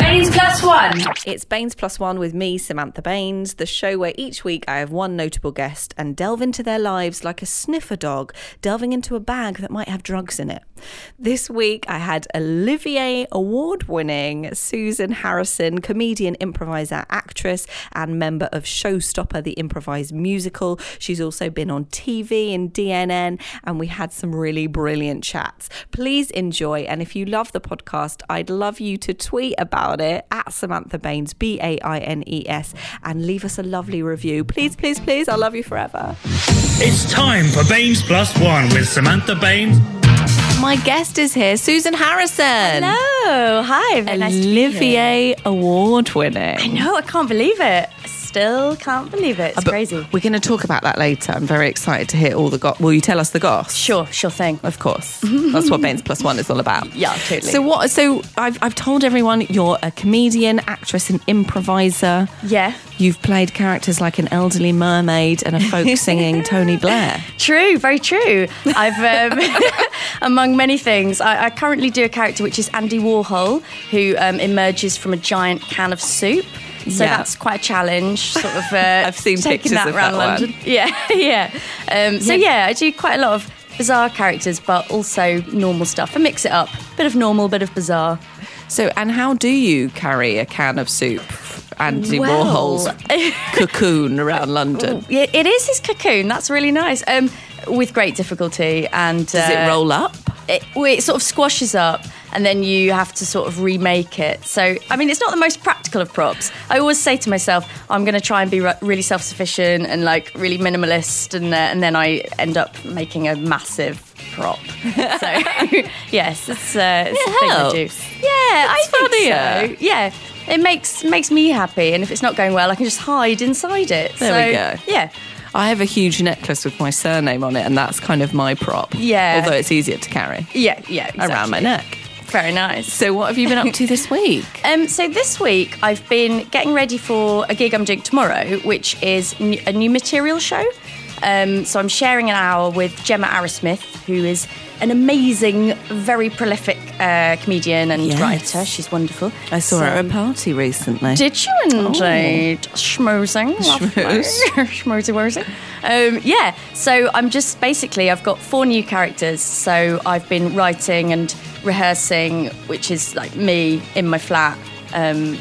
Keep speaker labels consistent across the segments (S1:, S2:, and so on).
S1: Baines Plus One.
S2: It's Baines Plus One with me, Samantha Baines, the show where each week I have one notable guest and delve into their lives like a sniffer dog delving into a bag that might have drugs in it. This week I had Olivier award winning Susan Harrison, comedian, improviser, actress, and member of Showstopper, the improvised musical. She's also been on TV and DNN, and we had some really brilliant chats. Please enjoy. And if you love the podcast, I'd love you to tweet about it at Samantha Baines, B A I N E S, and leave us a lovely review. Please, please, please. I'll love you forever.
S3: It's time for Baines Plus One with Samantha Baines.
S2: My guest is here, Susan Harrison.
S4: Hello. Hi. Very nice to be here.
S2: Olivier award winning.
S4: I know. I can't believe it. I Still can't believe it. It's
S2: Uh, But
S4: crazy.
S2: We're going to talk about that later. I'm very excited to hear all the goss. Will you tell us the goss?
S4: Sure. Sure thing.
S2: Of course. That's what Baines Plus One is all about.
S4: Yeah, totally.
S2: So what so I've I've told everyone you're a comedian, actress and improviser.
S4: Yeah.
S2: You've played characters like an elderly mermaid and a folk singing Tony Blair.
S4: True. Very true. I've, um, among many things, I, I currently do a character which is Andy Warhol, who um, emerges from a giant can of soup. So
S2: Yeah.
S4: that's quite a challenge, sort of. Uh,
S2: I've seen pictures
S4: taking that
S2: of
S4: around
S2: that one.
S4: London. Yeah, yeah. Um, so
S2: Yeah.
S4: yeah, I do quite a lot of bizarre characters, but also normal stuff. I mix it up, bit of normal, bit of bizarre.
S2: So and how do you carry a can of soup? Andy
S4: Well-
S2: Warhol's cocoon around London.
S4: Yeah, it is his cocoon. That's really nice. Um, with great difficulty, and uh,
S2: Does it roll up?
S4: It, well, it sort of squashes up, and then you have to sort of remake it. So, I mean, it's not the most practical of props. I always say to myself, I'm going to try and be re- really self-sufficient and like really minimalist, and uh, and then I end up making a massive prop. So, yes, it's, uh, it's
S2: It
S4: a thing I do.
S2: helps.
S4: Yeah,
S2: It's
S4: I
S2: funnier.
S4: think so. Yeah. It makes makes me happy, and if it's not going well, I can just hide inside it.
S2: There
S4: so,
S2: we go.
S4: Yeah,
S2: I have a huge necklace with my surname on it, and that's kind of my prop.
S4: Yeah.
S2: Although it's easier to carry
S4: Yeah, yeah, exactly.
S2: around my neck.
S4: Very nice.
S2: So, what have you been up to this week?
S4: Um, so this week I've been getting ready for a gig I'm doing tomorrow, which is n- a new material show. Um, so I'm sharing an hour with Gemma Arrowsmith, who is an amazing, very prolific uh, comedian and
S2: Yes.
S4: writer. She's wonderful.
S2: I saw
S4: So-
S2: her at a party recently.
S4: Did you indeed? Schmoozing.
S2: Oh. Schmooze.
S4: Schmoozing, woozing. Um, yeah, so I'm just basically, I've got four new characters. So I've been writing and rehearsing, which is like me in my flat, um,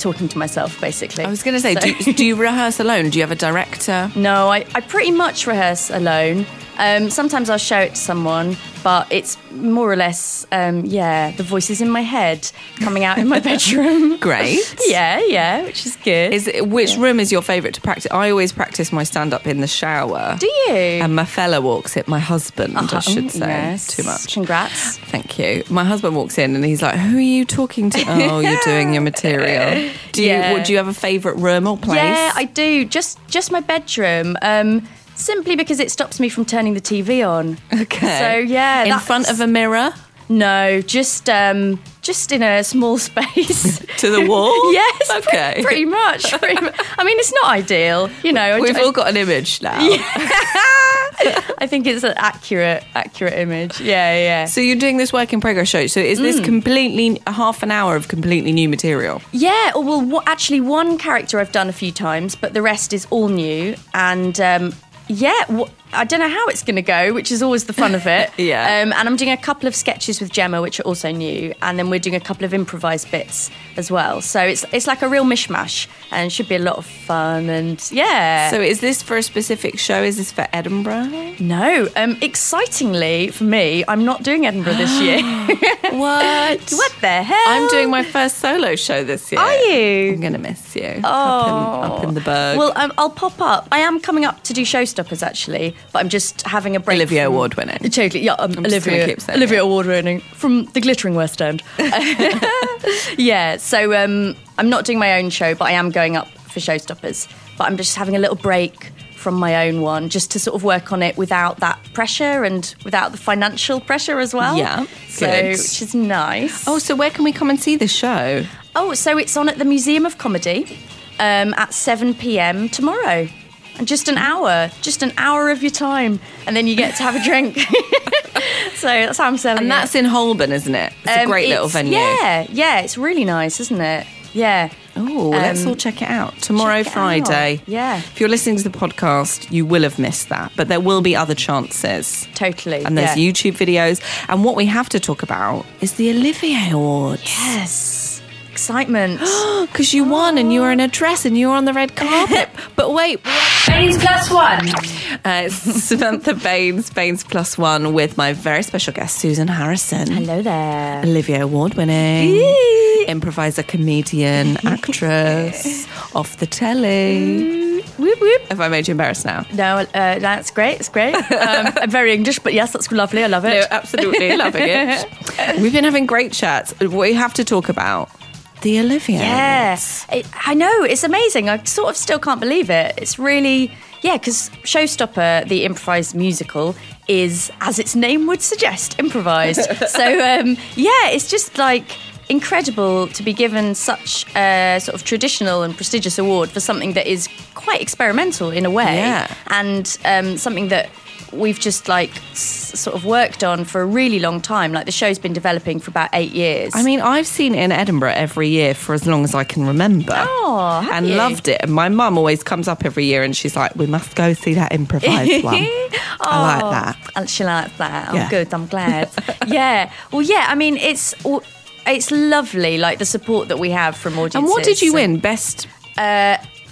S4: talking to myself, basically.
S2: I was going to say, do, you- do you rehearse alone? Do you have a director?
S4: No, I, I pretty much rehearse alone. Um, sometimes I'll show it to someone, but it's more or less, um, yeah, the voices in my head coming out in my bedroom.
S2: Great.
S4: Yeah, yeah, which is good.
S2: Is it, which room is your favourite to practice? I always practice my stand up in the shower.
S4: Do you?
S2: And my fella walks in, my husband, I
S4: Uh-huh.
S2: should say.
S4: Yes.
S2: Too much.
S4: Congrats.
S2: Thank you. My husband walks in and he's like, "Who are you talking to? Oh, you're doing your material. Do
S4: Yeah.
S2: you what, do you have a favorite room or place?
S4: Yeah, I do. Just just my bedroom. Um, simply because it stops me from turning the TV on.
S2: okay.
S4: So yeah,
S2: in
S4: that's-
S2: front of a mirror
S4: No, just um, just in a small space.
S2: to the wall.
S4: yes. pre-
S2: Okay.
S4: pretty much. Pretty mu- I mean, it's not ideal. You know. I-
S2: We've
S4: I,
S2: all got an image now.
S4: I think it's an accurate accurate image. Yeah, yeah.
S2: So you're doing this work in progress show. So is this completely a half an hour of completely new material?
S4: Mm. Yeah, or well, wha- actually, one character I've done a few times, but the rest is all new. And um, yeah, wha- I don't know how it's going to go, which is always the fun of it.
S2: Yeah.
S4: Um, and I'm doing a couple of sketches with Gemma, which are also new, and then we're doing a couple of improvised bits as well. So it's it's like a real mishmash, and should be a lot of fun. And yeah,
S2: So is this for a specific show? Is this for Edinburgh?
S4: no, um, excitingly for me, I'm not doing Edinburgh this year.
S2: What?
S4: what the hell?
S2: I'm doing my first solo show this year.
S4: Are you?
S2: I'm gonna miss you. Oh, up in, up in the berg.
S4: Well, um, I'll pop up. I am coming up to do Showstoppers actually, but I'm just having a break.
S2: Olivia
S4: from-
S2: Award winning.
S4: Totally, yeah. Um,
S2: I'm just gonna
S4: Olivia,
S2: keep saying
S4: Olivia
S2: it.
S4: Award winning from the glittering West End. yeah. So um, I'm not doing my own show, but I am going up for Showstoppers. But I'm just having a little break from my own one, just to sort of work on it without that pressure and without the financial pressure as well.
S2: Yeah,
S4: So
S2: good.
S4: which is nice.
S2: Oh, so where can we come and see the show?
S4: Oh, so it's on at the Museum of Comedy um, at 7 pm tomorrow. And just an hour, just an hour of your time. And then you get to have a drink. so that's how I'm selling
S2: And
S4: it.
S2: that's in Holborn, isn't it? It's a
S4: Um,
S2: great little
S4: it's-
S2: venue.
S4: Yeah, yeah, it's really nice, isn't it? Yeah.
S2: Oh, let's
S4: Um,
S2: all check it out. Tomorrow,
S4: check it
S2: Friday.
S4: out. Yeah.
S2: If you're listening to the podcast, you will have missed that, but there will be other chances.
S4: Totally.
S2: And there's
S4: yeah.
S2: YouTube videos. And what we have to talk about is the Olivier Awards.
S4: Yes. Excitement.
S2: Because you won and you were in a dress and you were on the red carpet. but wait,
S4: Baines plus one.
S2: uh, it's Samantha Baines, Baines Plus One, with my very special guest, Susan Harrison.
S4: Hello there.
S2: Olivia Award winning, improviser, comedian, actress, off the
S4: Mm.
S2: telly. Whoop, whoop. Have I made you embarrassed now?
S4: No, uh, that's great. It's great. Um, I'm very English, but yes, that's lovely. I love it.
S2: No, absolutely loving it. We've been having great chats. We have to talk about the Olivia.
S4: Yeah,
S2: Awards.
S4: it, I know. It's amazing. I sort of still can't believe it. It's really, yeah, because Showstopper, the improvised musical, is, as its name would suggest, improvised. so, um, yeah, it's just like incredible to be given such a sort of traditional and prestigious award for something that is quite experimental in a way
S2: Yeah.
S4: and um, something that we've just like s- sort of worked on for a really long time like the show's been developing for about eight years
S2: I mean, I've seen it in Edinburgh every year for as long as I can remember.
S4: Oh, have
S2: and
S4: you?
S2: loved it. And my mum always comes up every year and she's like, we must go see that improvised one. I
S4: Oh,
S2: like that.
S4: and She likes that. I'm
S2: Yeah.
S4: good. I'm glad. yeah. Well, yeah. I mean, it's it's lovely. Like the support that we have from audiences.
S2: And what did you win? Best?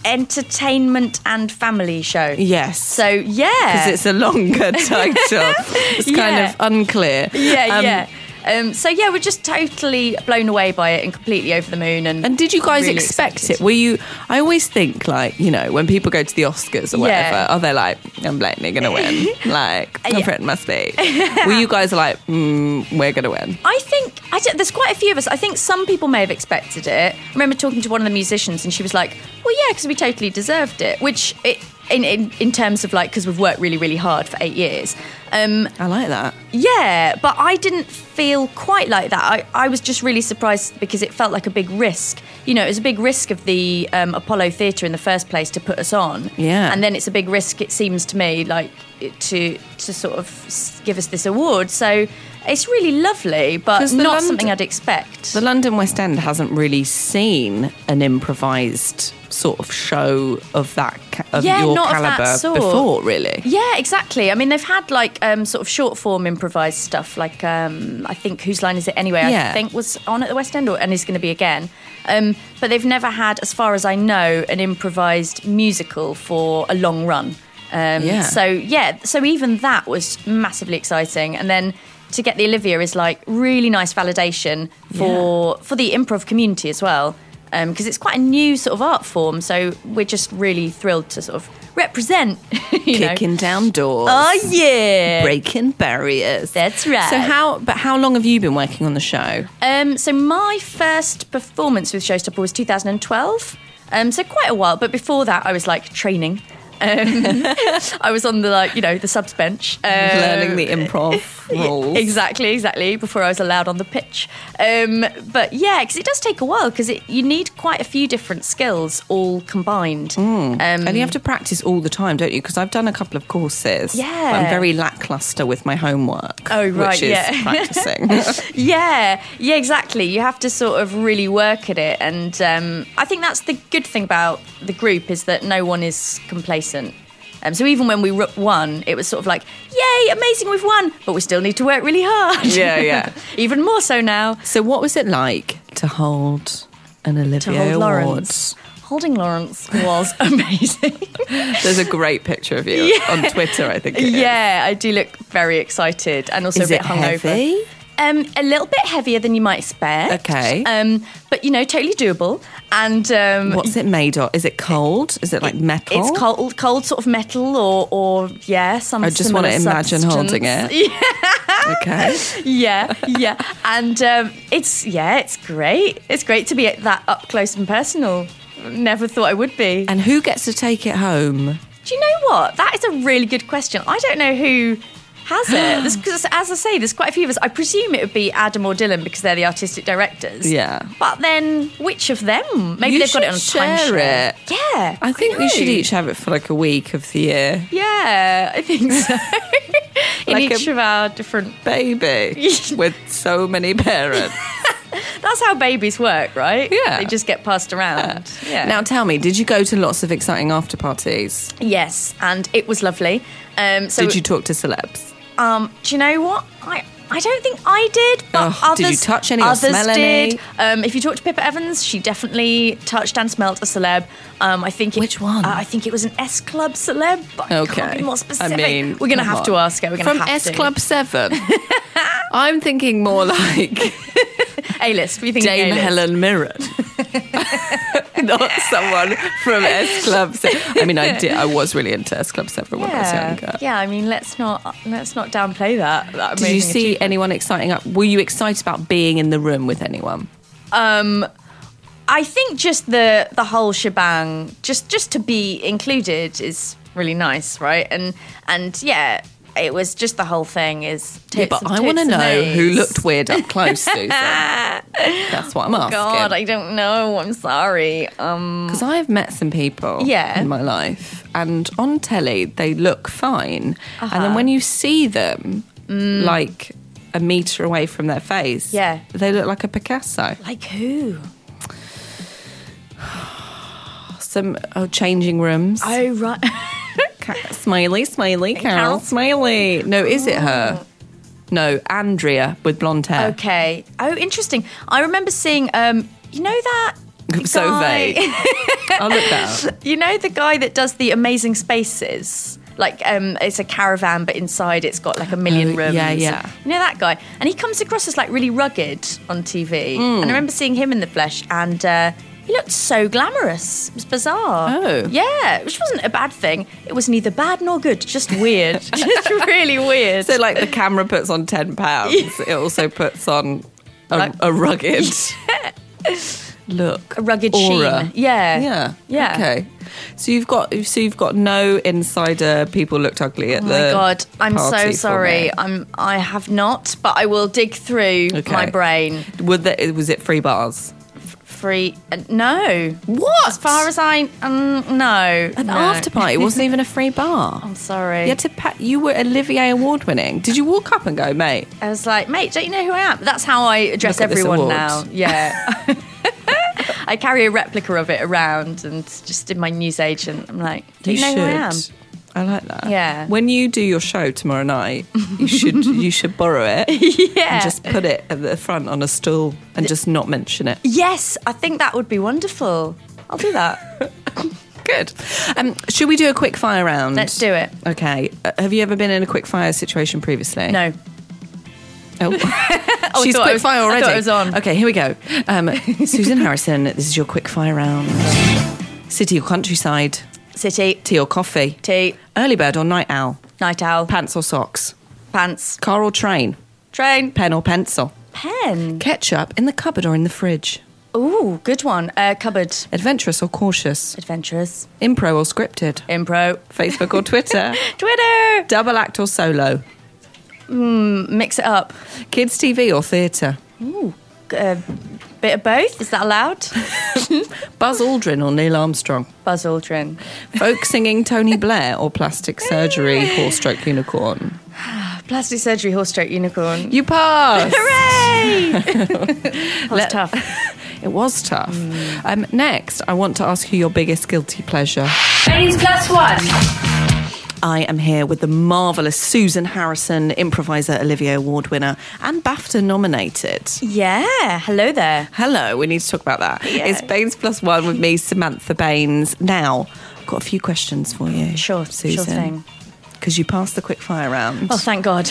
S4: Entertainment and family show.
S2: Yes.
S4: So yeah.
S2: because it's a longer title. It's kind
S4: Yeah.
S2: of unclear.
S4: yeah,
S2: Um,
S4: yeah. Um, so yeah, we're just totally blown away by it and completely over the moon. And
S2: And did you guys
S4: really
S2: expect it?
S4: excited.
S2: Were you? I always think like you know when people go to the Oscars or
S4: Yeah.
S2: whatever, are they like I'm likely gonna win? like my
S4: Yeah.
S2: friend must be. Were you guys like mm, we're gonna win?
S4: I think I don't, there's quite a few of us. I think some people may have expected it. I remember talking to one of the musicians, and she was like, "Well, yeah, because we totally deserved it." Which, it, in, in in terms of like, because we've worked really, really hard for eight years. Um,
S2: I like that.
S4: yeah, but I didn't feel quite like that. I, I was just really surprised because it felt like a big risk. You know, it was a big risk of the um, Apollo Theatre in the first place to put us on.
S2: Yeah.
S4: And then it's a big risk, it seems to me, like it- to to sort of s- give us this award. So it's really lovely, but
S2: 'Cause
S4: not
S2: the Lond-
S4: something I'd expect.
S2: The London West End hasn't really seen an improvised sort of show of that ca- of
S4: Yeah,
S2: your
S4: not of that
S2: caliber
S4: sort.
S2: before, really.
S4: Yeah, exactly. I mean, they've had like um, sort of short form improvised stuff, like um, I think whose line is it anyway?
S2: Yeah.
S4: I think was on at the West End, or, and is going to be again. Um, but they've never had, as far as I know, an improvised musical for a long run. Um,
S2: Yeah.
S4: So yeah, so even that was massively exciting, and then. To get the Olivia is like really nice validation for for the improv community as well, because it's quite a new sort of art form. So we're just really thrilled to sort of represent. You know.
S2: Kicking down doors.
S4: Oh yeah.
S2: breaking barriers.
S4: That's right.
S2: So how but how long have you been working on the show?
S4: Um, so my first performance with Showstopper was 2012. Um, so quite a while, but before that I was like training. Um, I was on the like you know the subs bench, um,
S2: Learning the improv rules.
S4: Exactly, exactly. Before I was allowed on the pitch, um, but yeah, because it does take a while because you need quite a few different skills all combined. um,
S2: And you have to practice all the time, don't you? Because I've done a couple of courses. but I'm
S4: Yeah.
S2: very lackluster with my homework.
S4: Oh, right,
S2: Which is
S4: yeah.
S2: practicing.
S4: Yeah, yeah, exactly. You have to sort of really work at it, and um, I think that's the good thing about the group is that no one is complacent. Um, so even when we ru- won, it was sort of like, "Yay, amazing, we've won!" But we still need to work really hard.
S2: Yeah, yeah.
S4: even more so now.
S2: so what was it like to hold an
S4: To
S2: Olivia
S4: hold
S2: Award?
S4: Lawrence, holding Lawrence was amazing.
S2: There's a great picture of you on Twitter, I think. it is.
S4: yeah, I do look very excited and also
S2: Is
S4: a bit
S2: it
S4: hungover.
S2: heavy?
S4: Um, a little bit heavier than you might expect.
S2: Okay.
S4: Um, but you know, totally doable. And um,
S2: What's it made of? Is it cold? Is it like metal?
S4: It's cold, cold sort of metal, or or yeah, some.
S2: I just want to
S4: similar
S2: imagine
S4: substance.
S2: holding it. Okay.
S4: Yeah, yeah, and um, it's yeah, it's great. It's great to be at that up close and personal. Never thought I would be.
S2: And who gets to take it home?
S4: Do you know what? That is a really good question. I don't know who has it because, as I say, there's quite a few of us. I presume it would be Adam or Dylan because they're the artistic directors.
S2: Yeah.
S4: But then, which of them? Maybe
S2: You
S4: they've got it on a
S2: should share
S4: timeshare. Yeah.
S2: I think we should
S4: know.
S2: each have it for like a week of the year.
S4: Yeah, I think so. in
S2: Like
S4: each
S2: a-
S4: of our different.
S2: baby with so many parents.
S4: That's how babies work, right?
S2: Yeah.
S4: They just get passed around. Yeah.
S2: Now tell me, did you go to lots of exciting after parties?
S4: yes, and it was lovely. Um, so
S2: Did you talk to celebs?
S4: Um, do you know what? I I don't think I did, but
S2: Oh,
S4: others
S2: did you touch any or
S4: others
S2: smell any?
S4: did. Um, if you talk to Pippa Evans, she definitely touched and smelt a celeb. Um, I think it,
S2: Which one?
S4: Uh, I think it was an S Club celeb. But I
S2: Okay.
S4: can't be more specific.
S2: I mean,
S4: we're gonna
S2: come
S4: have to
S2: on.
S4: ask her. We're gonna
S2: From
S4: have
S2: S
S4: to.
S2: Club 7. I'm thinking more like
S4: A list. We think
S2: Dame
S4: A-list.
S2: Helen Mirren. Not someone from S Club 7. I mean, I did. I was really into S Club 7 when I was
S4: Yeah.
S2: younger.
S4: yeah, I mean, let's not let's not downplay that. that
S2: Did you
S4: amazing
S2: see anyone exciting up? Were you excited about being in the room with anyone?
S4: I think just the the whole shebang, just just to be included is really nice, right? And and yeah, it was just the whole thing is. Tits
S2: Yeah, but
S4: and
S2: I want to
S4: tits and
S2: know who
S4: those.
S2: looked weird up close, Susan. That's what I'm asking.
S4: Oh, God, I don't know. I'm sorry. Um,
S2: Because I've met some people
S4: Yeah.
S2: in my life, and on telly they look fine, and
S4: Uh-huh.
S2: then when you see them, like a meter away from their face,
S4: Mm. Yeah.
S2: they look like a Picasso.
S4: like who?
S2: Some oh, changing rooms.
S4: Oh right.
S2: Ca- smiley, smiley, Carol,
S4: Carol.
S2: smiley. No, is it her? No, Andrea with blonde hair.
S4: okay. Oh, interesting. I remember seeing. Um, you know that.
S2: So
S4: guy-
S2: vague. I'll look that up.
S4: You know the guy that does the amazing spaces? Like um, it's a caravan, but inside it's got like a million
S2: Oh,
S4: rooms.
S2: yeah, yeah.
S4: You know that guy, and he comes across as like really rugged on TV.
S2: Hmm.
S4: And I remember seeing him in the flesh, and uh, he looked so glamorous. It was bizarre.
S2: Oh.
S4: yeah, which wasn't a bad thing. It was neither bad nor good, just weird, just really weird.
S2: So, like, the camera puts on 10 pounds, it also puts on a,
S4: Like-
S2: a rugged look.
S4: a rugged
S2: aura.
S4: sheen. Yeah,
S2: Yeah.
S4: yeah.
S2: Okay. So you've got so you've got no insider people looked ugly at
S4: Oh
S2: the
S4: my god, I'm so
S2: party
S4: sorry.
S2: for
S4: I'm I have not, but I will dig through
S2: Okay.
S4: my brain.
S2: me. Were there, was it free bars?
S4: free. Uh, no.
S2: What?
S4: As far as I um, no.
S2: An
S4: no.
S2: after party it wasn't even a free bar.
S4: I'm sorry.
S2: You had to pa- you were Olivier award winning. Did you walk up and go, mate?
S4: I was like, mate, don't you know who I am? That's how I address
S2: Look at this
S4: everyone
S2: award.
S4: now. Yeah. I carry a replica of it around and just in my newsagent. I'm like, do you, know who I am?
S2: I like that.
S4: Yeah.
S2: When you do your show tomorrow night, you should you should borrow it
S4: Yeah.
S2: and just put it at the front on a stool and just not mention it.
S4: yes, I think that would be wonderful. I'll do that.
S2: Good. Um, should we do a quick fire round?
S4: Let's do it.
S2: Okay. Uh, have you ever been in a quick fire situation previously?
S4: No.
S2: Oh.
S4: Oh, I
S2: She's
S4: thought I
S2: quick
S4: was-
S2: fire
S4: I thought
S2: already.
S4: I was on.
S2: Okay, here we go. Um, Susan Harrison, this is your quick fire round. City or countryside?
S4: City,
S2: Tea or coffee?
S4: tea,
S2: Early bird or night owl?
S4: night owl,
S2: Pants or socks?
S4: pants,
S2: Car or train?
S4: train,
S2: Pen or pencil?
S4: pen.
S2: Ketchup in the cupboard or in the fridge?
S4: Ooh, good one. Uh, cupboard,
S2: Adventurous or cautious?
S4: adventurous,
S2: Impro or scripted?
S4: impro,
S2: Facebook or Twitter?
S4: Twitter.
S2: Double act or solo?
S4: Mix it up.
S2: Kids TV or theatre?
S4: a uh, bit of both. Is that allowed?
S2: Buzz Aldrin or Neil Armstrong?
S4: Buzz Aldrin.
S2: Folk singing Tony Blair or plastic surgery horse stroke unicorn?
S4: Plastic surgery, horse stroke, unicorn.
S2: You pass!
S4: Hooray! that was
S2: Let-
S4: tough.
S2: It was tough. Um, next, I want to ask you your biggest guilty pleasure.
S1: Baines plus one.
S2: I am here with the marvellous Susan Harrison, improviser Olivier Award winner and BAFTA nominated.
S4: Yeah. Hello there.
S2: Hello, we need to talk about that.
S4: Yeah.
S2: It's Baines Plus One with me, Samantha Baines. Now, I've got a few questions for you.
S4: Sure,
S2: Susan.
S4: sure thing.
S2: Because you passed the quick fire round,
S4: Oh, thank God.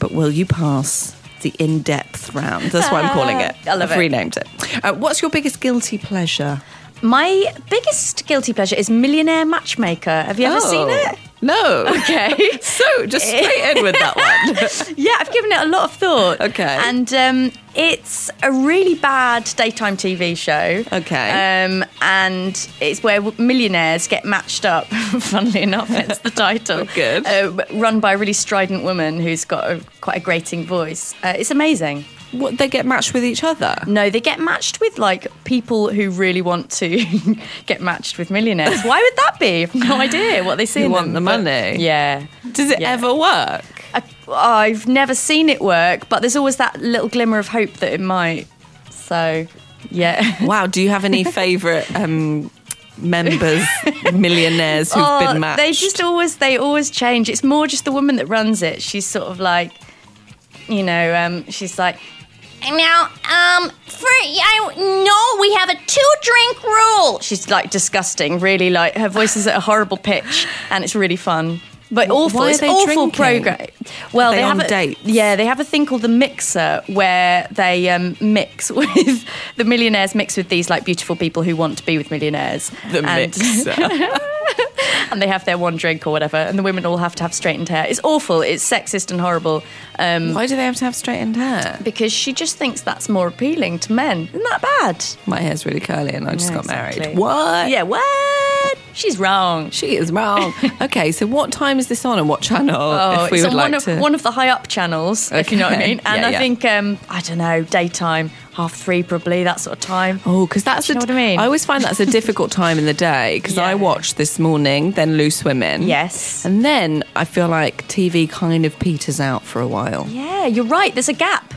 S2: but will you pass the in depth round? That's what I'm calling it.
S4: I love
S2: have
S4: it.
S2: renamed it. Uh, what's your biggest guilty pleasure?
S4: My biggest guilty pleasure is Millionaire Matchmaker. Have you ever seen it?
S2: Oh. No.
S4: Oh. Okay.
S2: so, just straight in with that one.
S4: Yeah, I've given it a lot of thought.
S2: Okay.
S4: And um, it's a really bad daytime TV show.
S2: Okay.
S4: Um, and it's where w- millionaires get matched up. Funnily enough, it's the title.
S2: Good.
S4: Uh, but run by a really strident woman who's got a, quite a grating voice. Uh, it's amazing.
S2: What, they get matched with each other?
S4: No, they get matched with like people who really want to get matched with millionaires. Why would that be? I've no idea what they see.
S2: Who
S4: in
S2: want
S4: them,
S2: the
S4: but-
S2: money.
S4: Yeah.
S2: Does it
S4: Yeah.
S2: ever work?
S4: I I've never seen it work, but there's always that little glimmer of hope that it might. So, yeah.
S2: Wow. Do you have any favourite um, members, millionaires who've been matched?
S4: Oh, they just always they always change. It's more just the woman that runs it. She's sort of like, you know, um, she's like,
S5: Now, um, for I no, we have a two-drink rule.
S4: she's like disgusting. Really, like her voice is at a horrible pitch, and it's really fun. But awful,
S2: Why are
S4: it's
S2: they
S4: awful
S2: drinking?
S4: program. Well,
S2: Are they
S4: they
S2: on
S4: have a,
S2: dates?
S4: Yeah, they have a thing called the mixer where they um, mix with the millionaires, mix with these like beautiful people who want to be with millionaires.
S2: the
S4: and,
S2: mixer.
S4: and they have their one drink or whatever, and the women all have to have straightened hair. It's awful. It's sexist and horrible. Um,
S2: Why do they have to have straightened hair?
S4: because she just thinks that's more appealing to men. Isn't that bad?
S2: My hair's really curly and I just
S4: Yeah,
S2: got married.
S4: exactly.
S2: What?
S4: Yeah, what? She's wrong.
S2: She is wrong. okay, so what time is this on and what channel?
S4: Oh,
S2: if we
S4: it's
S2: would
S4: on
S2: like
S4: one of
S2: to.
S4: one of the high up channels, if you know what I
S2: Okay.
S4: mean. And
S2: Yeah,
S4: I
S2: yeah.
S4: think um, I don't know, daytime, half three probably, that sort of time.
S2: Oh, because that's
S4: Do
S2: a-
S4: you know what I mean?
S2: always find that's a difficult time in the day because I
S4: Yeah.
S2: watch this morning, then Loose Women.
S4: Yes.
S2: and then I feel like TV kind of peters out for a while,
S4: Yeah, you're right. There's a gap.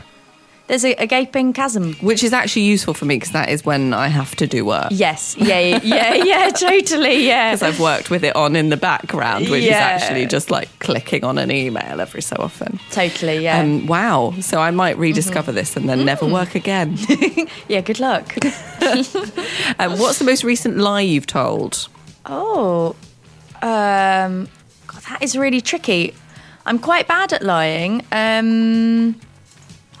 S4: There's a, a gaping chasm.
S2: which is actually useful for me because that is when I have to do work.
S4: Yes. Yeah. Yeah. Yeah. yeah totally. Yeah.
S2: Because I've worked with it on in the background, which
S4: Yeah.
S2: is actually just like clicking on an email every so often.
S4: Totally. Yeah. Mm-hmm. Mm.
S2: Um, wow. So I might rediscover this and then never work again.
S4: yeah. Good luck.
S2: um, what's the most recent lie you've told?
S4: Oh, um, God, that is really tricky. I'm quite bad at lying. Um,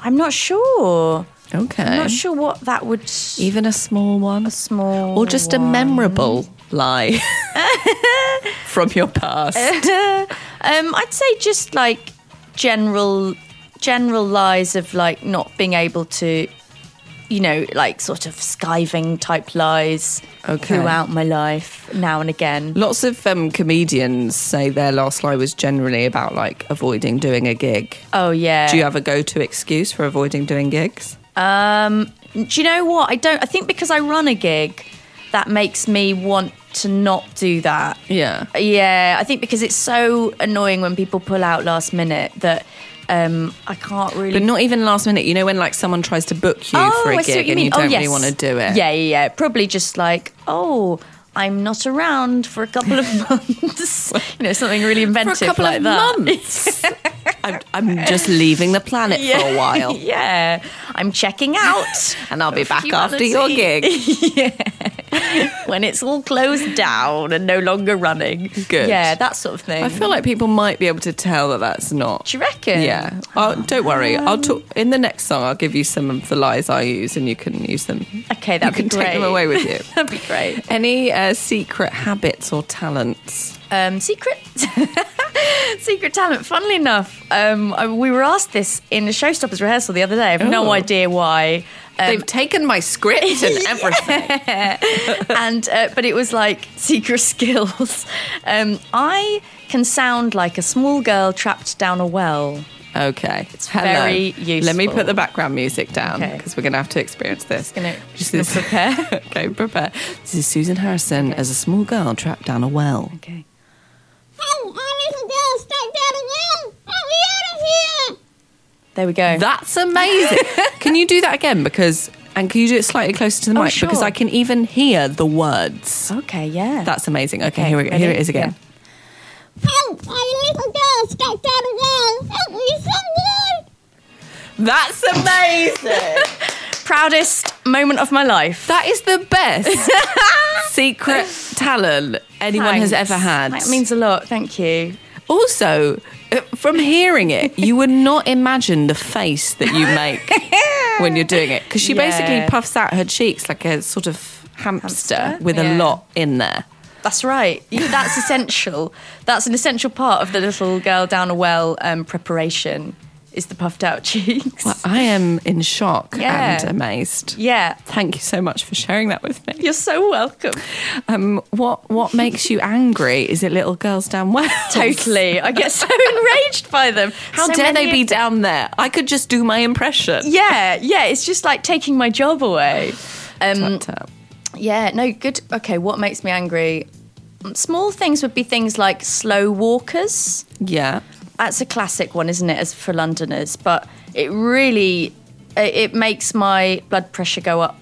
S4: I'm not sure.
S2: Okay.
S4: I'm not sure what that would.
S2: Even a small one? A
S4: small
S2: Or just a
S4: one.
S2: memorable lie from your past.
S4: Um, I'd say just like general, general lies of like not being able to, you know, like sort of skiving type lies
S2: Okay.
S4: throughout my life now and again.
S2: Lots of um, comedians say their last lie was generally about like avoiding doing a gig.
S4: Oh yeah.
S2: Do you have a go to excuse for avoiding doing gigs?
S4: do you know what? I don't. I think because I run a gig, that makes me want to not do that.
S2: Yeah.
S4: Yeah, I think because it's so annoying when people pull out last minute that um, I can't really.
S2: But not even last minute. You know when like someone tries to book you for a
S4: I
S2: gig
S4: see what
S2: and you
S4: mean.
S2: don't
S4: oh, yes.
S2: really want to do it.
S4: Yeah, yeah, yeah. Probably just like, oh, I'm not around for a couple of months. you know, something really
S2: For a
S4: inventive
S2: couple
S4: like
S2: of
S4: that.
S2: months. I'm, I'm just leaving the planet for a while.
S4: yeah, I'm checking out
S2: And I'll be back after your
S4: Humanity.
S2: gig.
S4: when it's all closed down and no longer running.
S2: Good.
S4: Yeah, that sort of thing.
S2: I feel like people might be able to tell that that's not.
S4: Do you reckon?
S2: Yeah. Oh, don't worry. I'll talk in the next song. I'll give you some of the lies I use, and you can use them.
S4: Okay,
S2: you
S4: that'd
S2: can
S4: be great.
S2: take them away with you.
S4: that'd be great.
S2: Any uh, secret habits or talents?
S4: um, secret secret talent. Funnily enough, um, I- we were asked this in the Showstoppers rehearsal the other day. I have
S2: Ooh.
S4: no idea why.
S2: They've taken my script and everything.
S4: and uh, but it was like secret skills. Um, I can sound like a small girl trapped down a well.
S2: Okay. It's
S4: very
S2: Let me put
S4: useful.
S2: the background music down
S4: Okay.
S2: because we're going to have to experience this.
S4: gonna-
S2: This
S4: just gonna
S2: is-
S4: prepare.
S2: okay, prepare. This is Susan Harrison as a small girl trapped down a well.
S4: Okay.
S5: Hey, I'm little girl, stop that around. I'll be out of here.
S4: There we go.
S2: That's amazing. can you do that again? Because and can you do it slightly closer to the
S4: Oh,
S2: mic? Because
S4: sure.
S2: I can even hear the words.
S4: okay. Yeah.
S2: That's amazing. Okay,
S4: Okay,
S2: here we go.
S4: ready?
S2: Here it is again.
S5: Hey, I'm little girl, stop that around. Help me, someone.
S2: That's amazing.
S4: proudest moment of my life.
S2: that is the best secret talent anyone has
S4: Thanks.
S2: ever had.
S4: That means a lot. Thank you.
S2: also uh, from hearing it, you would not imagine the face that you make when you're doing it because she
S4: Yeah.
S2: basically puffs out her cheeks like a sort of hamster,
S4: Hamster?
S2: with a
S4: Yeah.
S2: lot in there.
S4: That's right. You- That's essential. That's an essential part of the little girl down a well um, preparation is the puffed out cheeks.
S2: Well, I am in shock
S4: Yeah.
S2: and amazed.
S4: Yeah.
S2: Thank you so much for sharing that with me.
S4: You're so welcome.
S2: Um, what what makes you angry? Is it little girls down well?
S4: Totally. I get so enraged by them.
S2: How
S4: So
S2: dare
S4: many
S2: they be
S4: of-
S2: down there? I could just do my impression.
S4: Yeah, yeah. It's just like taking my job away. Um,
S2: Tap, tap.
S4: yeah, no, good. Okay, what makes me angry? Small things would be things like slow walkers.
S2: Yeah.
S4: that's a classic one, isn't it, as for Londoners? But it really it it makes my blood pressure go up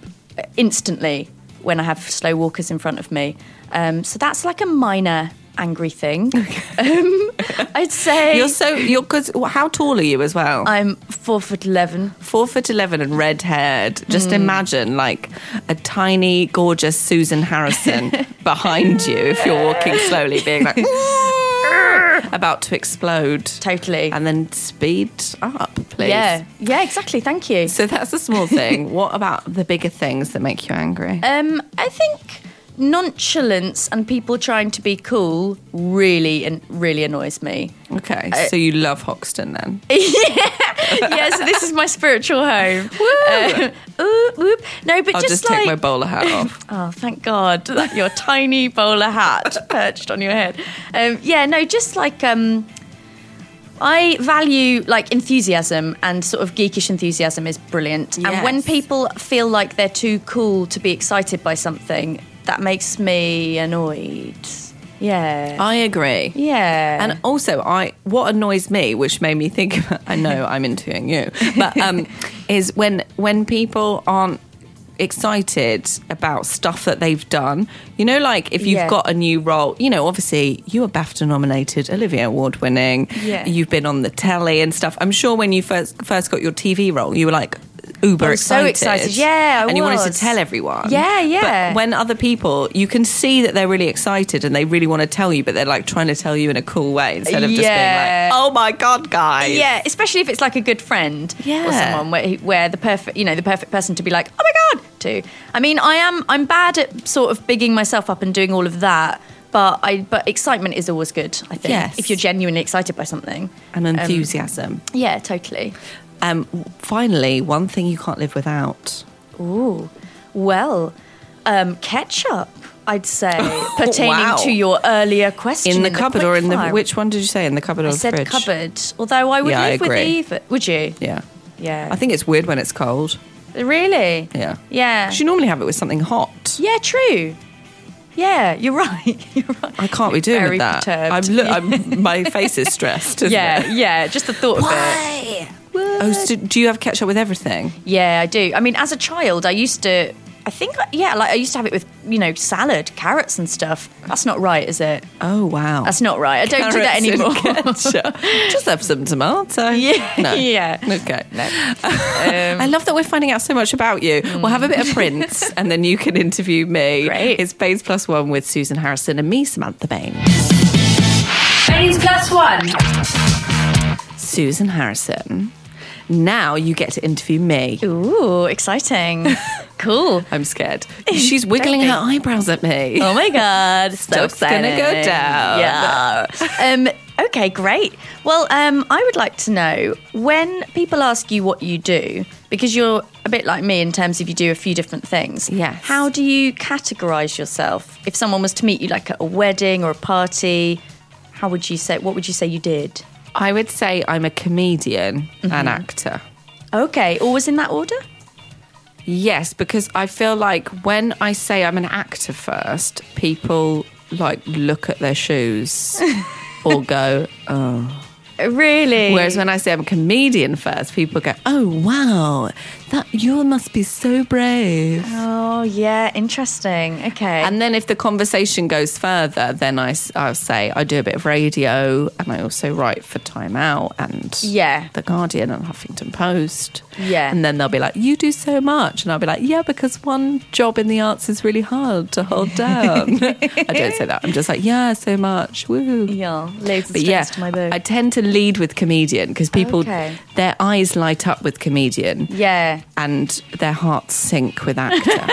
S4: instantly when I have slow walkers in front of me. Um, so that's like a minor angry thing. um, I'd say
S2: You're so you're because how tall are you as well?
S4: I'm four foot eleven.
S2: Four foot eleven and red haired. Just imagine like a tiny, gorgeous Susan Harrison behind you if you're walking slowly, being like about to explode,
S4: Totally.
S2: and then speed up, please.
S4: yeah, yeah, exactly. Thank you.
S2: So that's a small thing. what about the bigger things that make you angry?
S4: Um, I think nonchalance and people trying to be cool really and really annoys me.
S2: okay, so you love Hoxton then?
S4: yeah, so this is my spiritual home. Uh, oop, oop. No, but
S2: I'll just,
S4: just, like
S2: take my bowler hat off.
S4: Oh, thank God that your tiny bowler hat perched on your head. Um, yeah, no, just like um, I value like enthusiasm and sort of geekish enthusiasm is brilliant. And when
S2: Yes.
S4: people feel like they're too cool to be excited by something, that makes me annoyed. Yeah.
S2: I agree.
S4: yeah.
S2: Uh, And also, I what annoys me, which made me think, I know I'm interviewing you, but um, is when when people aren't excited about stuff that they've done. You know, like if you've
S4: Yeah.
S2: got a new role, you know, obviously you were BAFTA nominated, Olivia Award winning,
S4: Yeah.
S2: you've been on the telly and stuff. I'm sure when you first first got your TV role, you were like. Uber
S4: I was so
S2: excited.
S4: excited. Yeah, I
S2: and you wanted
S4: was.
S2: to tell everyone.
S4: Yeah, yeah.
S2: But when other people, you can see that they're really excited and they really want to tell you, but they're like trying to tell you in a cool way instead of just
S4: Yeah.
S2: being like, "Oh my god, guys!"
S4: Yeah, especially if it's like a good friend or
S2: Yeah.
S4: someone where, where the perfect, you know, the perfect person to be like, oh my god, to. I mean, I am I'm bad at sort of bigging myself up and doing all of that, but I but excitement is always good. I think
S2: Yes.
S4: if you're genuinely excited by something.
S2: and enthusiasm.
S4: Yeah, totally.
S2: Um, finally, one thing you can't live without.
S4: Ooh, well, um, ketchup. I'd say pertaining
S2: Wow.
S4: to your earlier question
S2: In the cupboard or in the
S4: quickfire.
S2: which one did you say? In the cupboard or
S4: I
S2: the
S4: said
S2: fridge?
S4: cupboard. Although I would
S2: Yeah, I
S4: live with
S2: agree.
S4: either. Would you?
S2: Yeah,
S4: Yeah.
S2: I think it's weird when it's cold.
S4: really.
S2: Yeah,
S4: Yeah.
S2: 'Cause you normally have it with something hot.
S4: Yeah, true. Yeah, you're right. You're right.
S2: I can't be doing
S4: Very
S2: with that.
S4: perturbed.
S2: I'm, look, I'm my face is stressed. Isn't
S4: yeah,
S2: It?
S4: yeah. Just the thought of it.
S2: Oh, so do you have ketchup with everything?
S4: Yeah, I do. I mean, as a child, I used to. I think, yeah, like I used to have it with you know salad, carrots and stuff. That's not right, is it?
S2: Oh wow,
S4: That's not right. I don't do that
S2: Carrots and
S4: anymore.
S2: ketchup. Just have some tomato.
S4: Yeah,
S2: No.
S4: yeah.
S2: Okay. I love that we're finding out so much about you. We'll have a bit of Prince and then you can interview me.
S4: Great.
S2: It's Baines Plus One with Susan Harrison and me, Samantha Bain.
S1: Baines Plus One.
S2: Susan Harrison. Now you get to interview me.
S4: Ooh, exciting. cool.
S2: I'm scared. She's wiggling her eyebrows at me.
S4: Oh my god, so
S2: Stuff's gonna
S4: exciting.
S2: go down.
S4: Yeah. Um, okay, great. Well, um, I would like to know when people ask you what you do, because you're a bit like me in terms of you do a few different things.
S2: Yes.
S4: How do you categorize yourself? If someone was to meet you like at a wedding or a party, how would you say? What would you say you did?
S2: I would say I'm a comedian, an actor.
S4: Okay, always in that order.
S2: Yes, because I feel like when I say I'm an actor first, people like look at their shoes or go, oh.
S4: Really?
S2: Whereas when I say I'm a comedian first, people go, oh, wow, that you must be so brave.
S4: Oh yeah, interesting. Okay.
S2: And then if the conversation goes further, then I, will say I do a bit of radio and I also write for Time Out and
S4: Yeah.
S2: The Guardian and Huffington Post.
S4: Yeah.
S2: And then they'll be like, you do so much. And I'll be like, yeah, because one job in the arts is really hard to hold down. I don't say that. I'm just like, yeah, so much. Woo.
S4: yeah, loads of
S2: But yeah,
S4: strings to my bow.
S2: I tend to lead with comedian because people,
S4: Okay.
S2: their eyes light up with comedian
S4: yeah.
S2: and their hearts sink with actor.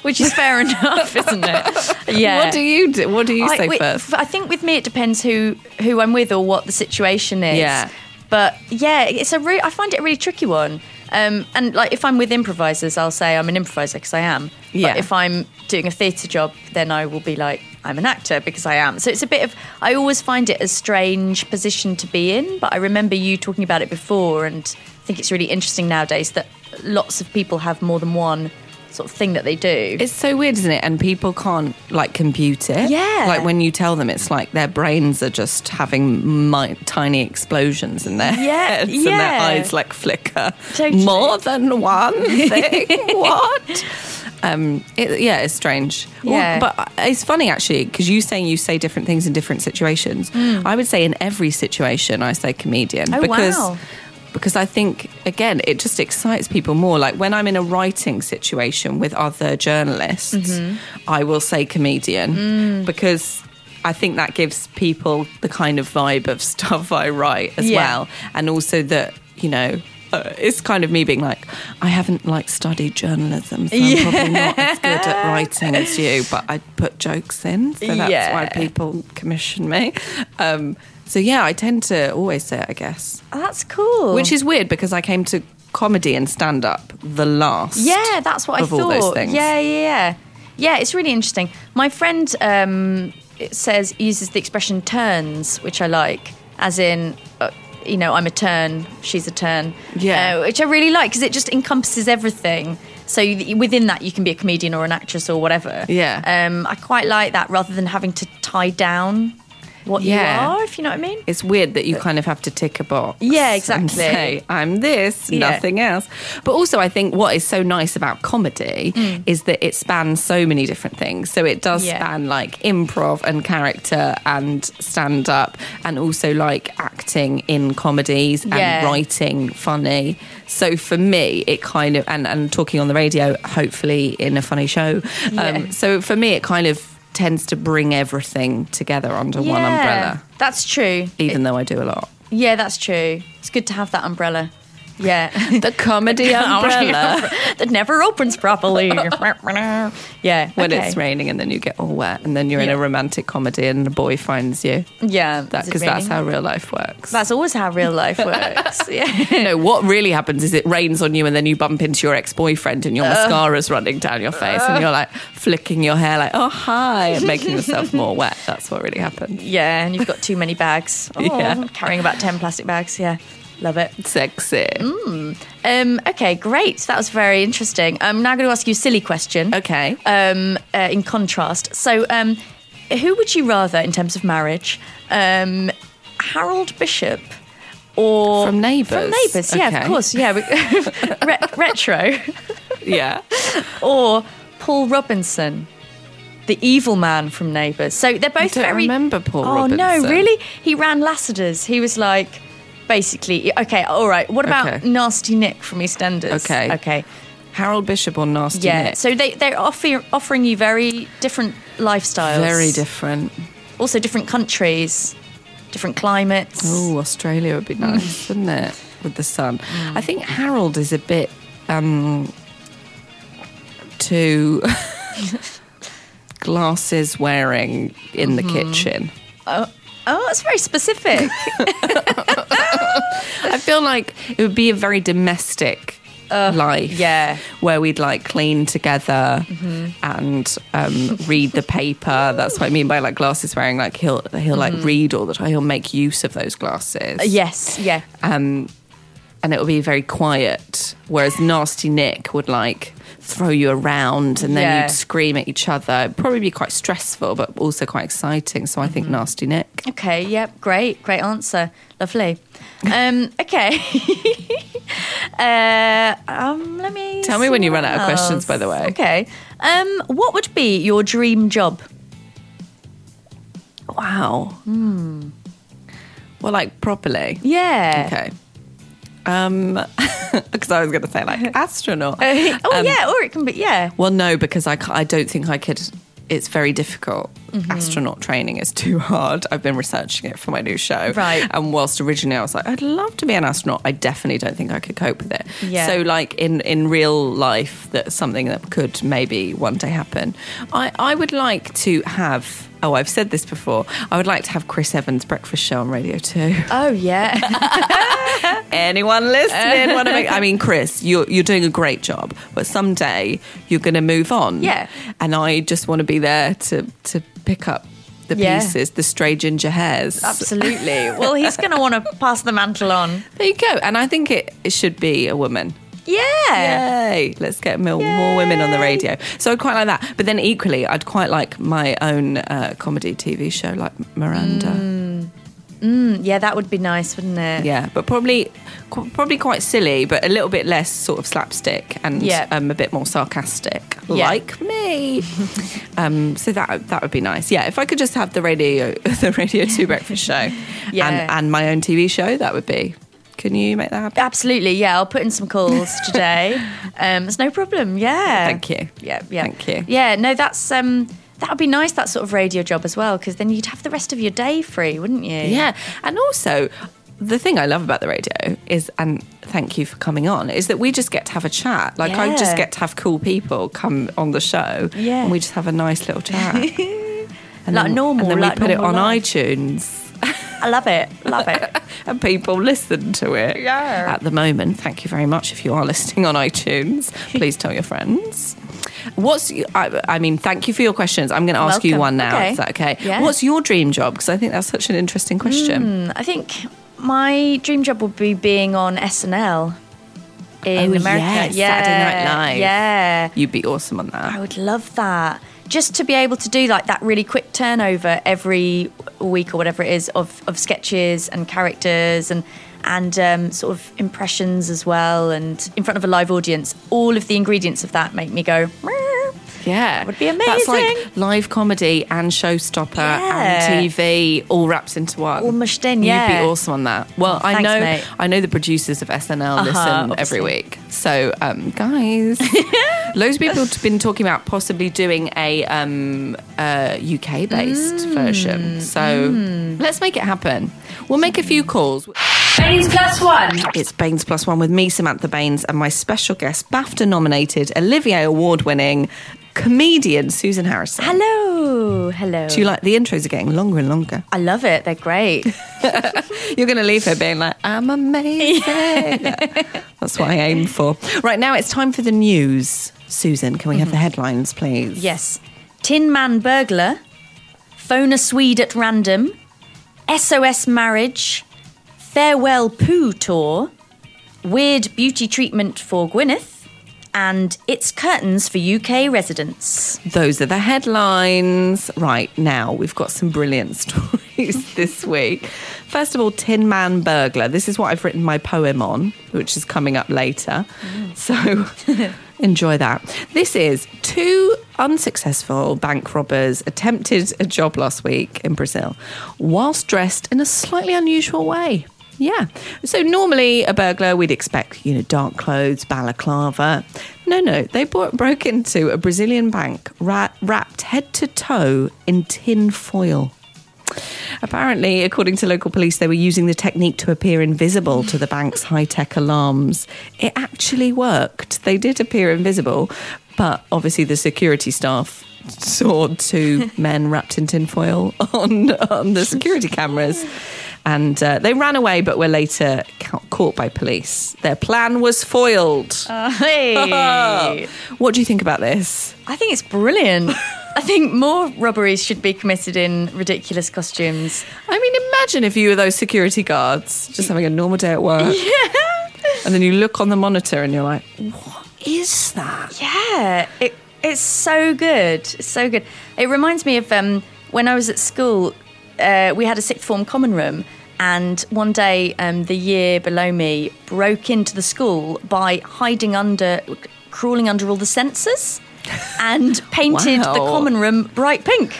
S4: which is fair enough, isn't it? Yeah.
S2: What do you do? What do you
S4: I,
S2: say
S4: wi-
S2: first?
S4: I think with me it depends who who I'm with or what the situation is.
S2: Yeah.
S4: But yeah, it's a re- I find it a really tricky one. Um, and like if I'm with improvisers, I'll say I'm an improviser because I am.
S2: Yeah.
S4: But if I'm doing a theatre job, then I will be like I'm an actor because I am. So it's a bit of I always find it a strange position to be in. But I remember you talking about it before, and I think it's really interesting nowadays that lots of people have more than one sort of thing that they do.
S2: It's so weird, isn't it? And people can't like compute it.
S4: Yeah.
S2: Like when you tell them, it's like their brains are just having mi- tiny explosions in their
S4: Yeah,
S2: heads and their
S4: yeah.
S2: eyes like flicker.
S4: Totally.
S2: More than one thing. what? Um, it, yeah, it's strange. Well,
S4: Yeah.
S2: but uh, it's funny actually because you saying you say different things in different situations. I would say in every situation I say comedian
S4: Hmm. Oh,
S2: because
S4: wow.
S2: because I think again it just excites people more. Like when I'm in a writing situation with other journalists,
S4: Mm-hmm.
S2: I will say comedian
S4: Mm.
S2: because I think that gives people the kind of vibe of stuff I write as
S4: Yeah.
S2: well, and also that you know. Uh, it's kind of me being like, I haven't like studied journalism, so I'm probably not as good at writing as you. But I put jokes in, so that's
S4: Yeah.
S2: why people commission me. Um, so yeah, I tend to always say it, I guess.
S4: Oh, that's cool.
S2: Which is weird because I came to comedy and stand up the last.
S4: Yeah, that's what
S2: of
S4: I
S2: all
S4: thought.
S2: those things.
S4: Yeah, yeah, yeah. Yeah, it's really interesting. My friend um, it says uses the expression turns, which I like, as in. Uh, you know, I'm a turn, she's a turn.
S2: Yeah.
S4: Uh, which I really like because it just encompasses everything. So you, within that, you can be a comedian or an actress or whatever.
S2: Yeah.
S4: Um, I quite like that rather than having to tie down what
S2: Yeah.
S4: you are, if you know what I mean.
S2: It's weird that you kind of have to tick a box.
S4: Yeah,
S2: and
S4: exactly.
S2: say, I'm this,
S4: Yeah.
S2: nothing else. But also, I think what is so nice about comedy is that it spans so many different things. So it does
S4: Mm. Yeah.
S2: span like improv and character and stand up and also like acting in comedies and
S4: Yeah.
S2: writing funny. So for me, it kind of, and, and talking on the radio, hopefully in a funny show.
S4: Yeah.
S2: Um, so for me, it kind of tends to bring everything together under one
S4: Yeah,
S2: umbrella
S4: That's true.
S2: even though I do a lot.
S4: Yeah, that's true. It's good to have that umbrella. Oh, Yeah.
S2: The comedy umbrella.
S4: that never opens properly. yeah,
S2: when
S4: okay.
S2: it's raining and then you get all wet and then you're in a
S4: Yeah.
S2: romantic comedy and the boy finds you.
S4: Yeah, is it
S2: Because that's
S4: raining?
S2: how real life works.
S4: that's always how real life works. yeah.
S2: no, what really happens is it rains on you and then you bump into your ex boyfriend and your mascara's running down your face and you're like flicking your hair, like, oh, hi, and making yourself more wet. That's what really happened.
S4: Yeah, and you've got too many bags. Oh,
S2: Yeah.
S4: I'm carrying about 10 plastic bags. Yeah. Love it.
S2: Sexy.
S4: Mm. Um, okay, great. That was very interesting. I'm now going to ask you a silly question.
S2: Okay.
S4: Um, uh, in contrast, so um, who would you rather in terms of marriage? Um, Harold Bishop or
S2: From Neighbours?
S4: From Neighbours, yeah,
S2: Okay.
S4: of course, yeah. we- Re- retro
S2: yeah.
S4: or Paul Robinson, the evil man from Neighbours. So they're both
S2: I don't
S4: very.
S2: remember Paul
S4: oh no,
S2: Robinson.
S4: really? He ran Lassiter's. He was like, basically, okay, all right. What about
S2: Okay.
S4: Nasty Nick from EastEnders?
S2: Okay.
S4: okay,
S2: Harold Bishop or Nasty
S4: yeah.
S2: Nick?
S4: So they they're offer, offering you very different lifestyles,
S2: Very different.
S4: also different countries, different climates.
S2: Oh, Australia would be
S4: Mm.
S2: nice, wouldn't it? With the sun. I think Harold is a bit um, too glasses wearing in the
S4: Mm-hmm.
S2: kitchen.
S4: Oh, that's very specific.
S2: I feel like it would be a very domestic life.
S4: yeah. Mm-hmm.
S2: Where we'd like clean together and um, read the paper. That's what I mean by like glasses wearing. Like he'll he'll like read all the time. He'll make use of those glasses.
S4: yes, Mm-hmm. yeah.
S2: um, and it will be very quiet. Whereas Nasty Nick would like throw you around and then
S4: Yeah.
S2: you'd scream at each other. It'd probably be quite stressful, but also quite exciting. So I
S4: Mm-hmm.
S2: think Nasty Nick.
S4: Okay, yep, great, great answer. Lovely. Um, okay. uh, um, let me.
S2: Tell me
S4: see
S2: when you
S4: what
S2: run out of questions,
S4: else.
S2: by the way.
S4: Okay. Um, what would be your dream job?
S2: Wow. Hmm. Well, like properly.
S4: Yeah.
S2: Okay. Um, because I was going to say like astronaut.
S4: oh,
S2: Um,
S4: yeah, or it can be, yeah.
S2: Well, no, because I, ca- I don't think I could. It's very difficult.
S4: Mm-hmm.
S2: Astronaut training is too hard. I've been researching it for my new show.
S4: Right.
S2: And whilst originally I was like, I'd love to be an astronaut, I definitely don't think I could cope with it.
S4: Yeah.
S2: So, like in, in real life, that's something that could maybe one day happen. I, I would like to have. Oh, I've said this before. I would like to have Chris Evans' breakfast show on Radio 2.
S4: Oh, yeah.
S2: Anyone listening? wanna make- I mean, Chris, you're you're doing a great job, but someday you're going to move on.
S4: Yeah.
S2: and I just want to be there to to pick up the
S4: Yeah.
S2: pieces, the stray ginger hairs.
S4: Absolutely. Well, he's going to want to pass the mantle on.
S2: There you go. And I think it, it should be a woman.
S4: Yeah.
S2: Yay! Let's get mil- more women on the radio. So I'd quite like that. But then equally, I'd quite like my own uh, comedy TV show, like Miranda.
S4: Yeah, that would be nice, wouldn't it?
S2: Yeah, but probably qu- probably quite silly, but a little bit less sort of slapstick and
S4: Yeah.
S2: um, a bit more sarcastic,
S4: Yeah.
S2: like me. um, so that that would be nice. Yeah, if I could just have the radio the Radio Two Breakfast Show,
S4: Yeah.
S2: and, and my own TV show, that would be. Can you make that happen?
S4: Absolutely, yeah. I'll put in some calls today. um, it's no problem. Yeah.
S2: Thank you.
S4: Yeah, yeah.
S2: Thank you.
S4: Yeah, no, that's um, that would be nice. That sort of radio job as well, because then you'd have the rest of your day free, wouldn't you?
S2: Yeah. And also, the thing I love about the radio is, and thank you for coming on, is that we just get to have a chat. Like, I
S4: Yeah.
S2: just get to have cool people come on the show.
S4: Yeah.
S2: And we just have a nice little chat. and
S4: Like
S2: And
S4: normal,
S2: then
S4: like
S2: we put it on
S4: normal life.
S2: iTunes
S4: I love it. Love it.
S2: and people listen to it.
S4: Yeah.
S2: At the moment, thank you very much. If you are listening on iTunes, please tell your friends. What's y- I, I mean? Thank you for your questions. I'm going to ask you one
S4: Welcome.
S2: now.
S4: Okay.
S2: Is that okay?
S4: Yeah. Hmm.
S2: What's your dream job? Because I think that's such an interesting question.
S4: Um, I think my dream job would be being on SNL in
S2: Oh,
S4: America.
S2: yes,
S4: yeah,
S2: Saturday Night Live.
S4: Yeah.
S2: You'd be awesome on that.
S4: I would love that. Just to be able to do like that really quick turnover every week or whatever it is of, of sketches and characters and and um, sort of impressions as well and in front of a live audience. All of the ingredients of that make me go. "Meow."
S2: Yeah.
S4: That would be
S2: That's
S4: amazing.
S2: like live comedy and showstopper
S4: Yeah.
S2: and TV all wraps into one.
S4: All mushed in,
S2: You'd
S4: yeah.
S2: be awesome on that. Well, I
S4: thanks,
S2: know
S4: mate. Uh-huh,
S2: I know the producers of SNL listen
S4: obviously.
S2: every week. So, um, guys, loads of people have been talking about possibly doing a um, uh, UK based
S4: Mm.
S2: version. So, let's make it happen. We'll make a few calls.
S1: Baines Plus One.
S2: It's Baines Plus One with me, Samantha Baines, and my special guest, BAFTA nominated, Olivier Award winning comedian Susan Harrison.
S4: Hello, hello.
S2: Do you like the intros are getting longer and longer?
S4: I love it. They're great.
S2: You're going to leave her being like, I'm amazing. That's what I aim for. Right now, it's time for the news. Susan, can we have the headlines, please?
S4: Yes. Tin Man burglar, phone a Swede at random, SOS marriage, farewell poo tour, weird beauty treatment for Gwyneth, and it's curtains for UK residents.
S2: Those are the headlines. Right now, we've got some brilliant stories this week. First of all, Tin Man Burglar. This is what I've written my poem on, which is coming up later. So enjoy that. This is two unsuccessful bank robbers attempted a job last week in Brazil whilst dressed in a slightly unusual way. Yeah. So normally a burglar we'd expect, you know, dark clothes, balaclava. No, no, they bought, broke into a Brazilian bank ra- wrapped head to toe in tin foil. Apparently, according to local police, they were using the technique to appear invisible to the bank's high tech alarms. It actually worked. They did appear invisible, but obviously the security staff saw two men wrapped in tinfoil on, on the security cameras. And uh, they ran away, but were later ca- caught by police. Their plan was foiled.
S4: Oh. Hey.
S2: What do you think about this?
S4: I think it's brilliant. I think more robberies should be committed in ridiculous costumes.
S2: I mean, imagine if you were those security guards just having a normal day at work. And then you look on the monitor and you're like, what is that?
S4: Yeah, it, it's so good. It's so good. It reminds me of um, when I was at school, uh, we had a sixth form common room. And one day, um, the year below me broke into the school by hiding under, crawling under all the sensors and painted the
S2: Wow.
S4: common room bright pink.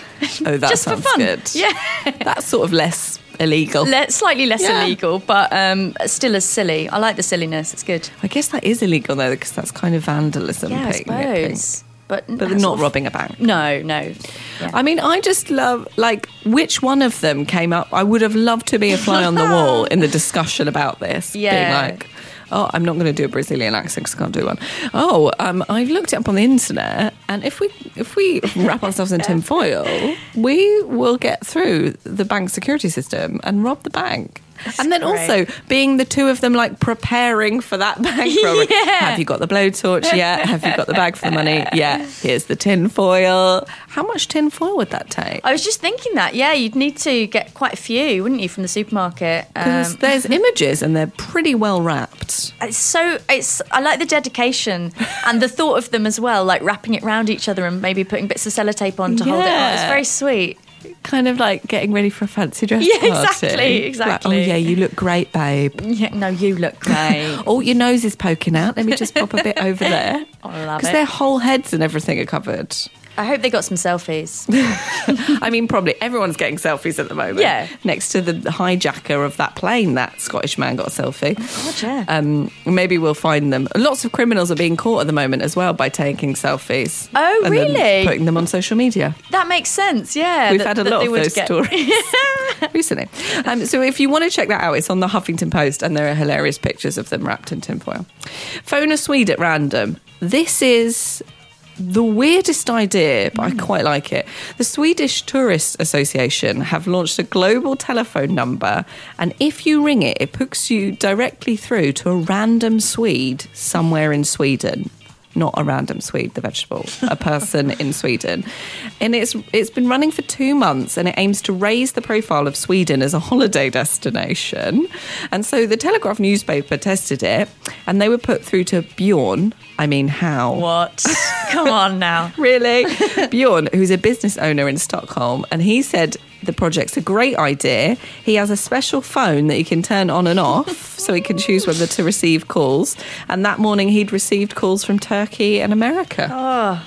S2: Oh, that
S4: Just for
S2: sounds
S4: fun.
S2: good.
S4: Yeah.
S2: That's sort of less illegal.
S4: Le- Slightly less
S2: Yeah.
S4: illegal, but um, still as silly. I like the silliness. It's good.
S2: I guess that is illegal though, because that's kind of vandalism.
S4: Yeah, I
S2: painting it pink.
S4: suppose. But,
S2: But they're
S4: sort
S2: not
S4: of-
S2: robbing a bank.
S4: No, no.
S2: I mean, I just love like which one of them came up. I would have loved to be a fly on the wall in the discussion about this. being
S4: Yeah.
S2: like, oh, I'm not going to do a Brazilian accent 'cause I can't do one. Oh, um, I've looked it up on the internet, and if we if we wrap ourselves in tin foil, we will get through the bank security system and rob the bank. and then also being the two of them like preparing for that bank robbery. Have you got the blowtorch yet? Have you got the bag for the money? Yeah. Here's the tin foil. How much tin foil would that take?
S4: I was just thinking that. Yeah, you'd need to get quite a few, wouldn't you, from the supermarket? Um,
S2: 'Cause there's images and they're pretty well wrapped.
S4: it's so it's. I like the dedication and the thought of them as well, like wrapping it round each other and maybe putting bits of sellotape on to hold it. on. It's
S2: Yeah.
S4: very sweet.
S2: Kind of like getting ready for a fancy dress
S4: Yeah,
S2: party.
S4: exactly,
S2: Like, oh
S4: exactly.
S2: yeah, you look great, babe.
S4: Yeah, no, you look great.
S2: Oh, your nose is poking out. Let me just pop a bit over there.
S4: I love
S2: Because
S4: it.
S2: their whole heads and everything are covered.
S4: I hope they got some selfies.
S2: I mean, probably everyone's getting selfies at the moment.
S4: Yeah.
S2: Next to the hijacker of that plane, that Scottish man got a selfie.
S4: God, yeah.
S2: Um, maybe we'll find them. Lots of criminals are being caught at the moment as well by taking selfies.
S4: Oh,
S2: and then
S4: really?
S2: putting them on social media.
S4: That makes sense. Yeah,
S2: We've
S4: that-
S2: had a
S4: that
S2: lot
S4: they
S2: of
S4: would
S2: those
S4: get-
S2: stories recently. Um, so if you want to check that out, it's on the Huffington Post, and there are hilarious pictures of them wrapped in tinfoil. Phone a Swede at random. This is the weirdest idea, but I quite like it. The Swedish Tourist Association have launched a global telephone number, and if you ring it, it puts you directly through to a random Swede somewhere in Sweden. Not a random Swede, the vegetable, a person in Sweden, and it's it's been running for two months, and it aims to raise the profile of Sweden as a holiday destination. And so the Telegraph newspaper tested it, and they were put through to Bjorn. I mean, how?
S4: What? Come on now.
S2: really? Bjorn, who's a business owner in Stockholm, and he said the project's a great idea. He has a special phone that he can turn on and off so he can choose whether to receive calls. And that morning he'd received calls from Turkey and America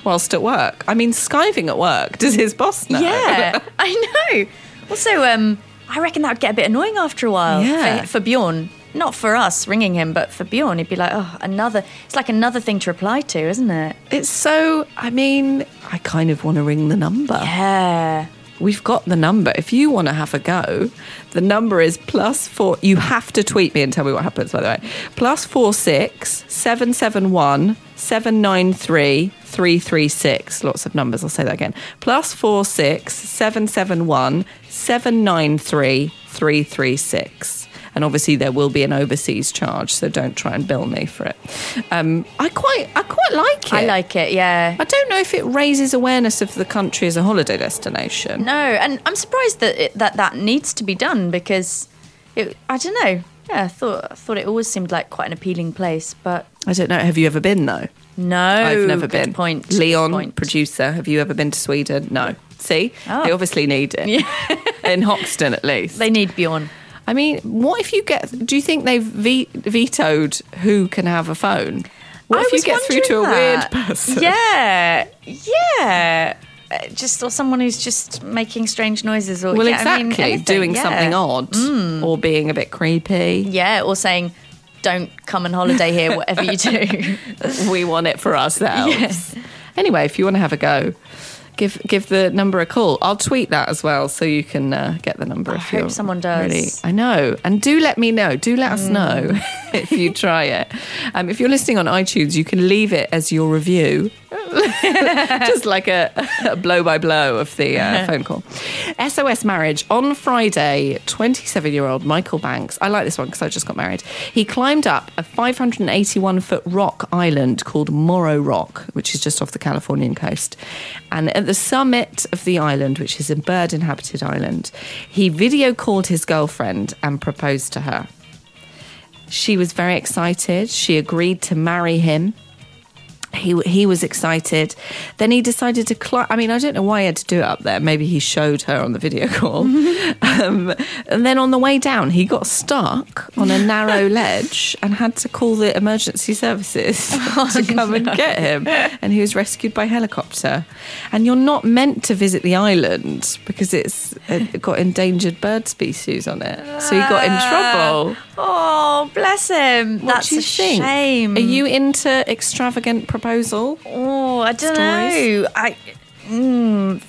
S2: whilst at work. I mean, skiving at work. Does his boss know?
S4: Yeah, I know. Also, um, I reckon that would get a bit annoying after a while
S2: Yeah.
S4: for, for Bjorn. Not for us ringing him, but for Bjorn, he'd be like, oh, another. It's like another thing to reply to, isn't it?
S2: It's so, I mean, I kind of want to ring the number.
S4: Yeah.
S2: We've got the number. If you want to have a go, the number is plus four. You have to tweet me and tell me what happens, by the way. Plus four six seven seven one seven nine three three three six. Lots of numbers. I'll say that again. Plus four six seven seven one seven nine three three three six. And obviously, there will be an overseas charge, so don't try and bill me for it. Um, I quite, I quite like it.
S4: I like it. Yeah.
S2: I don't know if it raises awareness of the country as a holiday destination.
S4: No, and I'm surprised that it, that that needs to be done because, it, I don't know. Yeah, I thought I thought it always seemed like quite an appealing place, but
S2: I don't know. Have you ever been though?
S4: no,
S2: I've never
S4: Good
S2: been.
S4: Point. Good
S2: Leon,
S4: point. Oh.
S2: producer, have you ever been to Sweden? No. See, they obviously need it in Hoxton at least.
S4: They need Bjorn.
S2: I mean, what if you get? Do you think they've ve- vetoed who can have a phone? What
S4: I
S2: if you
S4: was
S2: get through to a
S4: wondering
S2: weird
S4: that.
S2: person?
S4: Yeah, yeah. Uh, Just or someone who's just making strange noises, or
S2: Well,
S4: yeah, I
S2: exactly.
S4: mean, anything,
S2: Doing
S4: yeah. Mm.
S2: something odd or being a bit creepy.
S4: Yeah, or saying, "Don't come on holiday here, whatever you do."
S2: we want it for ourselves. Anyway, if you want to have a go, give give the number a call. I'll tweet that as well, so you can uh, get the number. I if
S4: hope
S2: you're
S4: someone does. Mm.
S2: Really, I know, and do let me know. Do let us know if you try it. Um, if you're listening on iTunes, you can leave it as your review. Just like a, a blow by blow of the uh, phone call. SOS marriage on Friday. Twenty-seven-year-old Michael Banks. I like this one because I just got married. He climbed up a 581-foot rock island called Morro Rock, which is just off the Californian coast. And at the summit of the island, which is a bird-inhabited island, he video called his girlfriend and proposed to her. She was very excited. She agreed to marry him he he was excited. Then he decided to climb. I mean, I don't know why he had to do it up there. Maybe he showed her on the video call. um, and then on the way down, he got stuck on a narrow ledge and had to call the emergency services to come and get him. And he was rescued by helicopter. And you're not meant to visit the island because it's it got endangered bird species on it. So he got in trouble.
S4: Oh, bless him.
S2: What
S4: That's
S2: do you
S4: a
S2: think?
S4: shame.
S2: Are you into extravagant proposal?
S4: Oh, I don't
S2: stories?
S4: know. I, mm,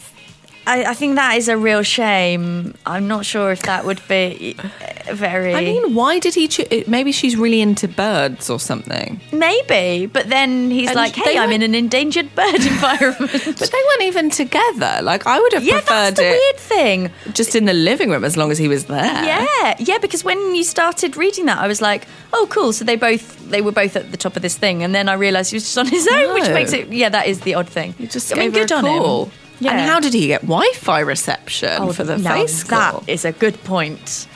S4: I, I think that is a real shame. I'm not sure if that would be. uh, very.
S2: I mean, why did he? Cho- maybe she's really into birds or something.
S4: maybe, but then he's
S2: And
S4: like,
S2: they
S4: "Hey, I'm
S2: were-
S4: in an endangered bird environment."
S2: But they weren't even together. Like I would have
S4: yeah,
S2: preferred
S4: that's the
S2: it
S4: weird thing.
S2: just in the living room as long as he was there.
S4: Yeah, yeah. Because when you started reading that, I was like, "Oh, cool." So they both they were both at the top of this thing, and then I realised he was just on his own, which
S2: No.
S4: makes it yeah, that is the odd thing.
S2: You just
S4: I
S2: gave
S4: mean,
S2: her
S4: good
S2: a
S4: on him.
S2: call.
S4: Yeah.
S2: And how did he get Wi-Fi reception
S4: Oh,
S2: for the
S4: now
S2: face call?
S4: That is a good point.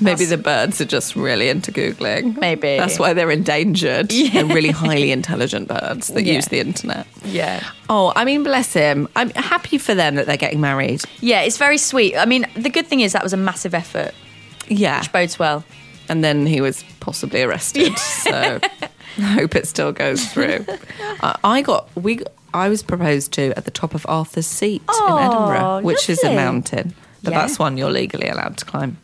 S2: Maybe the birds are just really into googling.
S4: Maybe.
S2: that's why they're endangered. They're really highly intelligent birds that
S4: Yeah.
S2: use the internet.
S4: Yeah.
S2: Oh, I mean, bless him. I'm happy for them that they're getting married.
S4: Yeah, it's very sweet. I mean, the good thing is that was a massive effort,
S2: Yeah,
S4: which bodes well.
S2: and then he was possibly arrested. so I hope it still goes through. I, I got we. I was proposed to at the top of Arthur's Seat
S4: Oh,
S2: in Edinburgh, which is a
S4: lovely.
S2: mountain, but
S4: Yeah.
S2: that's one you're legally allowed to climb.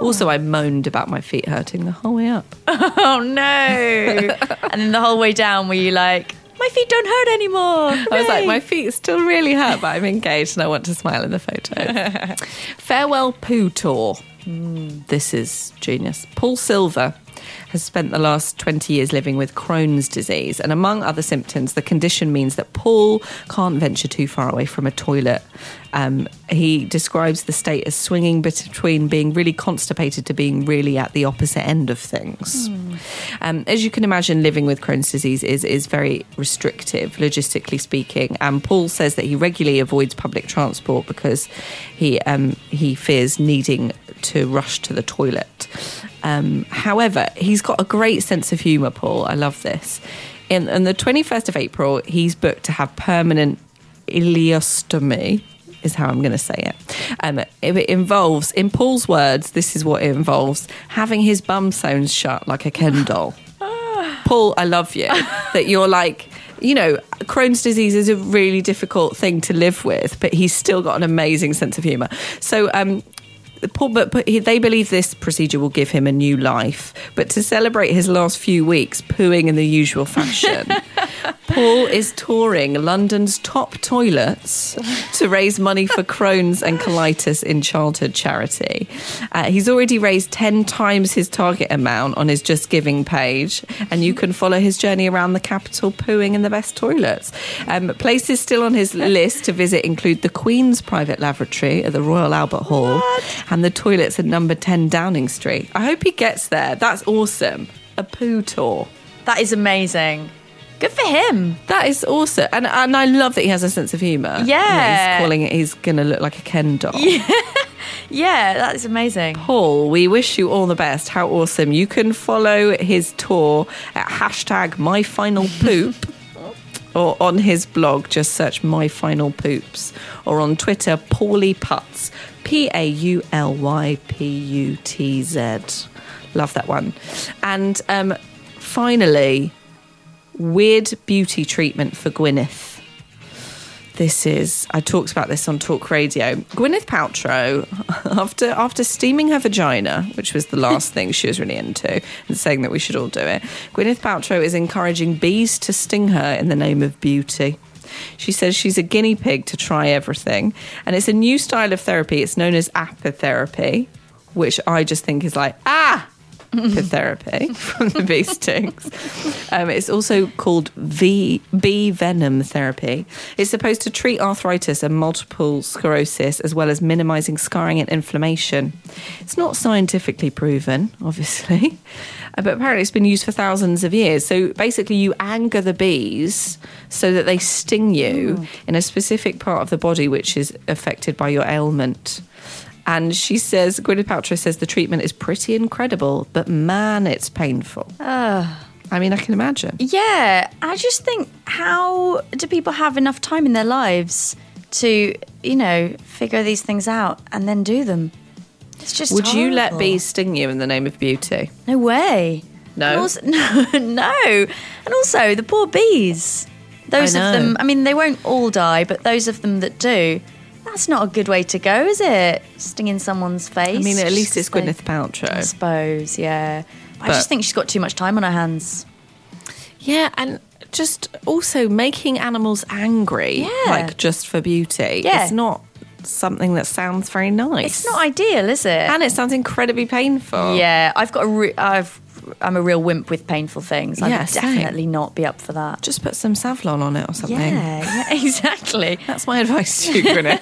S2: Also, I moaned about my feet hurting the whole way up.
S4: Oh no! and then the whole way down, were you like, my feet don't hurt anymore?
S2: I was like,
S4: Yay."
S2: my feet still really hurt, but I'm engaged and I want to smile in the photo. Farewell Poo Tour. This is genius. Paul Silver has spent the last 20 years living with Crohn's disease. And among other symptoms, the condition means that Paul can't venture too far away from a toilet. Um, he describes the state as swinging between being really constipated to being really at the opposite end of things. Um, as you can imagine, living with Crohn's disease is, is very restrictive, logistically speaking. And Paul says that he regularly avoids public transport because he, um, he fears needing to rush to the toilet. Um, however, he's got a great sense of humour, Paul. I love this. In, on the 21st of April, he's booked to have permanent ileostomy, is how I'm going to say it. Um, it. It involves, in Paul's words, this is what it involves having his bum sewn shut like a Ken doll. Paul, I love you. that you're like, you know, Crohn's disease is a really difficult thing to live with, but he's still got an amazing sense of humour. So, um, Paul, but, but he, they believe this procedure will give him a new life. But to celebrate his last few weeks, pooing in the usual fashion, Paul is touring London's top toilets to raise money for Crohn's and colitis in childhood charity. Uh, he's already raised 10 times his target amount on his Just Giving page, and you can follow his journey around the capital pooing in the best toilets. Um, places still on his list to visit include the Queen's private lavatory at the Royal Albert Hall and the toilets at number 10 Downing Street. I hope he gets there. That's awesome. A poo tour.
S4: that is amazing. Good for him.
S2: That is awesome, and and I love that he has a sense of humour.
S4: Yeah.
S2: And he's calling it. He's gonna look like a Ken doll.
S4: Yeah, that is amazing.
S2: Paul, we wish you all the best. How awesome! You can follow his tour at hashtag My Final Poop, or on his blog. Just search My Final Poops, or on Twitter, Paulie Putz, P A U L Y P U T Z. Love that one. And um, finally, weird beauty treatment for Gwyneth. this is I talked about this on talk radio. Gwyneth Paltrow, after after steaming her vagina, which was the last thing she was really into, and saying that we should all do it, Gwyneth Paltrow is encouraging bees to sting her in the name of beauty. She says she's a guinea pig to try everything, and it's a new style of therapy. It's known as apitherapy, which I just think is like ah for therapy from the bee stings. Um, it's also called v- bee venom therapy. It's supposed to treat arthritis and multiple sclerosis, as well as minimizing scarring and inflammation. It's not scientifically proven, obviously, uh, but apparently it's been used for thousands of years. So basically, you anger the bees so that they sting you in a specific part of the body which is affected by your ailment. And she says, Gwyneth Paltrow says the treatment is pretty incredible, but man, it's painful. I mean, I can imagine.
S4: Yeah, I just think how do people have enough time in their lives to, you know, figure these things out and then do them? It's just
S2: Would you let
S4: horrible.
S2: bees sting you in the name of beauty?
S4: No way.
S2: No?
S4: And also, no, no. And also the poor bees. Those
S2: I
S4: of
S2: know.
S4: them. I mean, they won't all die, but those of them that do, that's not a good way to go, is it? Stinging someone's face.
S2: I mean, at least it's
S4: Just like-
S2: Gwyneth
S4: I
S2: Paltrow.
S4: suppose, yeah. I
S2: But-
S4: just think she's got too much time on her hands.
S2: Yeah, and just also making animals angry,
S4: Yeah.
S2: like just for beauty.
S4: Yeah.
S2: It's not something that sounds very nice.
S4: It's not ideal, is it?
S2: and it sounds incredibly painful.
S4: yeah, I've got a re- I've I'm a real wimp with painful things. I'd
S2: Yeah, same.
S4: definitely not be up for that.
S2: Just put some Savlon on it or something.
S4: Yeah, yeah, exactly.
S2: That's my advice to you, Gwyneth.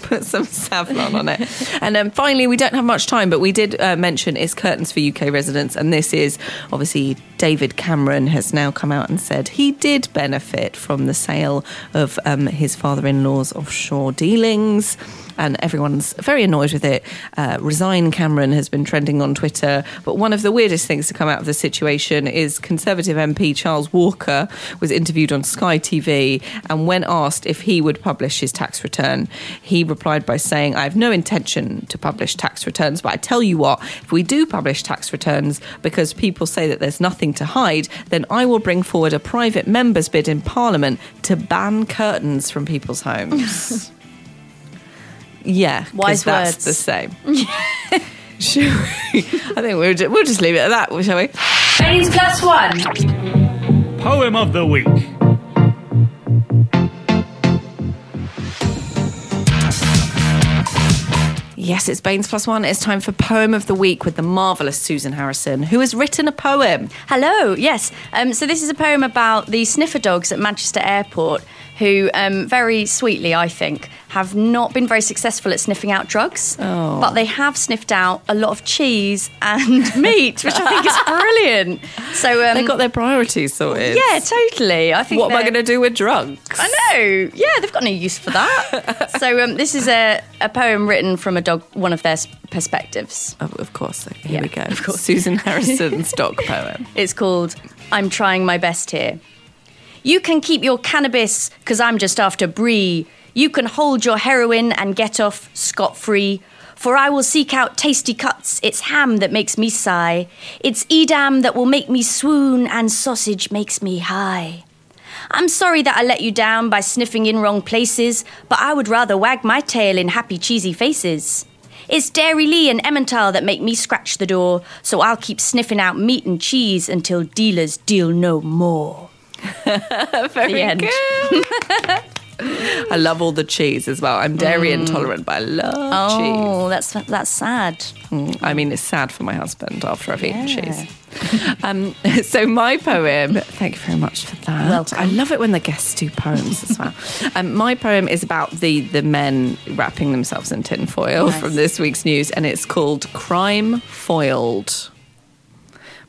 S2: Put some Savlon on it. And then finally, we don't have much time, but we did uh, mention it's curtains for UK residents. And this is obviously David Cameron has now come out and said he did benefit from the sale of um, his father in law's offshore dealings. And everyone's very annoyed with it. Uh, Resign Cameron has been trending on Twitter. But one of the weirdest things to come out of the situation is Conservative MP Charles Walker was interviewed on Sky TV. And when asked if he would publish his tax return, he replied by saying, I have no intention to publish tax returns. But I tell you what, if we do publish tax returns because people say that there's nothing to hide, then I will bring forward a private member's bid in Parliament to ban curtains from people's homes. yeah, 'cause
S4: Wise
S2: that's
S4: words.
S2: the same. Shall we? I think we'll just, we'll just leave it at that, shall we?
S1: Baines Plus One.
S3: Poem of the week.
S2: Yes, it's Baines Plus One. It's time for Poem of the Week with the marvellous Susan Harrison, who has written a poem.
S4: Hello, yes. Um, so this is a poem about the sniffer dogs at Manchester Airport, who um, very sweetly, I think, have not been very successful at sniffing out drugs,
S2: Oh.
S4: but they have sniffed out a lot of cheese and meat, which I think is brilliant. So um,
S2: They've got their priorities sorted.
S4: yeah, totally. I think
S2: What am I
S4: they're-
S2: going to do with drugs?
S4: I know. Yeah, they've got no use for that. so um, this is a, a poem written from a dog, one of their s- perspectives.
S2: Uh, Of, of course. Here
S4: Yeah,
S2: we go.
S4: of course.
S2: Susan Harrison's dog poem.
S4: It's called I'm Trying My Best Here. You can keep your cannabis, because I'm just after Brie. You can hold your heroin and get off scot free. For I will seek out tasty cuts. It's ham that makes me sigh. It's Edam that will make me swoon, and sausage makes me high. I'm sorry that I let you down by sniffing in wrong places, but I would rather wag my tail in happy, cheesy faces. It's Dairy Lee and Emmental that make me scratch the door, so I'll keep sniffing out meat and cheese until dealers deal no more.
S2: Very
S4: end.
S2: good. I love all the cheese as well. I'm dairy intolerant, but I love cheese.
S4: Oh, that's that's sad.
S2: I mean, it's sad for my husband after I've eaten cheese. um, so my poem. Thank you very much for that.
S4: Welcome.
S2: I love it when the guests do poems as well. Um, my poem is about the the men wrapping themselves in tin foil
S4: Nice.
S2: from this week's news, and it's called "Crime Foiled."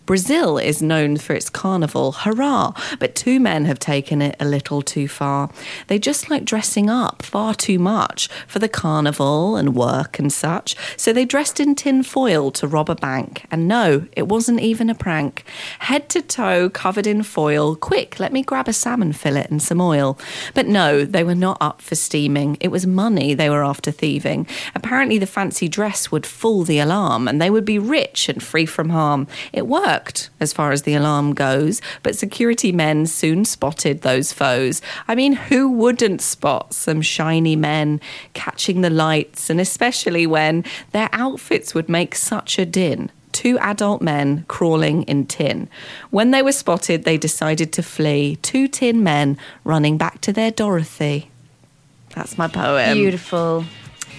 S2: Brazil is known for its carnival, hurrah! But two men have taken it a little too far. They just like dressing up far too much for the carnival and work and such. So they dressed in tin foil to rob a bank. And no, it wasn't even a prank. Head to toe, covered in foil. Quick, let me grab a salmon fillet and some oil. But no, they were not up for steaming. It was money they were after thieving. Apparently, the fancy dress would fool the alarm and they would be rich and free from harm. It worked, as far as the alarm goes, but security men soon spotted those foes. I mean, who wouldn't spot some shiny men catching the lights, and especially when their outfits would make such a din? two adult men crawling in tin. When they were spotted, they decided to flee, two tin men running back to their Dorothy. That's my
S4: Um,
S2: poem.
S4: Beautiful.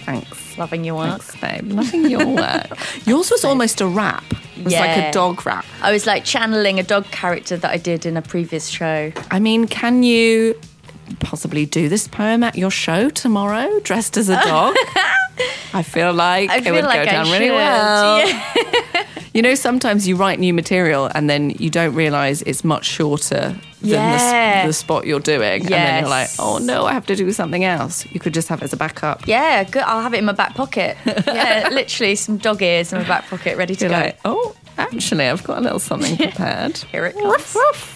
S2: Thanks.
S4: Loving your work.
S2: Thanks, babe. Loving your work. Yours was almost a rap. It was like a
S4: Yeah.
S2: dog rap.
S4: I was like channeling a dog character that I did in a previous show.
S2: I mean, can you possibly do this poem at your show tomorrow dressed as a dog? I feel like
S4: I
S2: it
S4: feel
S2: would
S4: like
S2: go
S4: I
S2: down really
S4: should.
S2: well. you know, sometimes you write new material and then you don't realize it's much shorter than the,
S4: Yeah.
S2: sp- the spot you're doing. And then you're like,
S4: Yes.
S2: oh no, I have to do something else. You could just have it as a backup.
S4: Yeah, good. I'll have it in my back pocket. Yeah, literally some dog ears in my back pocket, ready to
S2: You're
S4: go.
S2: like, oh, actually, I've got a little something prepared.
S4: Here it
S2: Ruff,
S4: comes.
S2: ruff.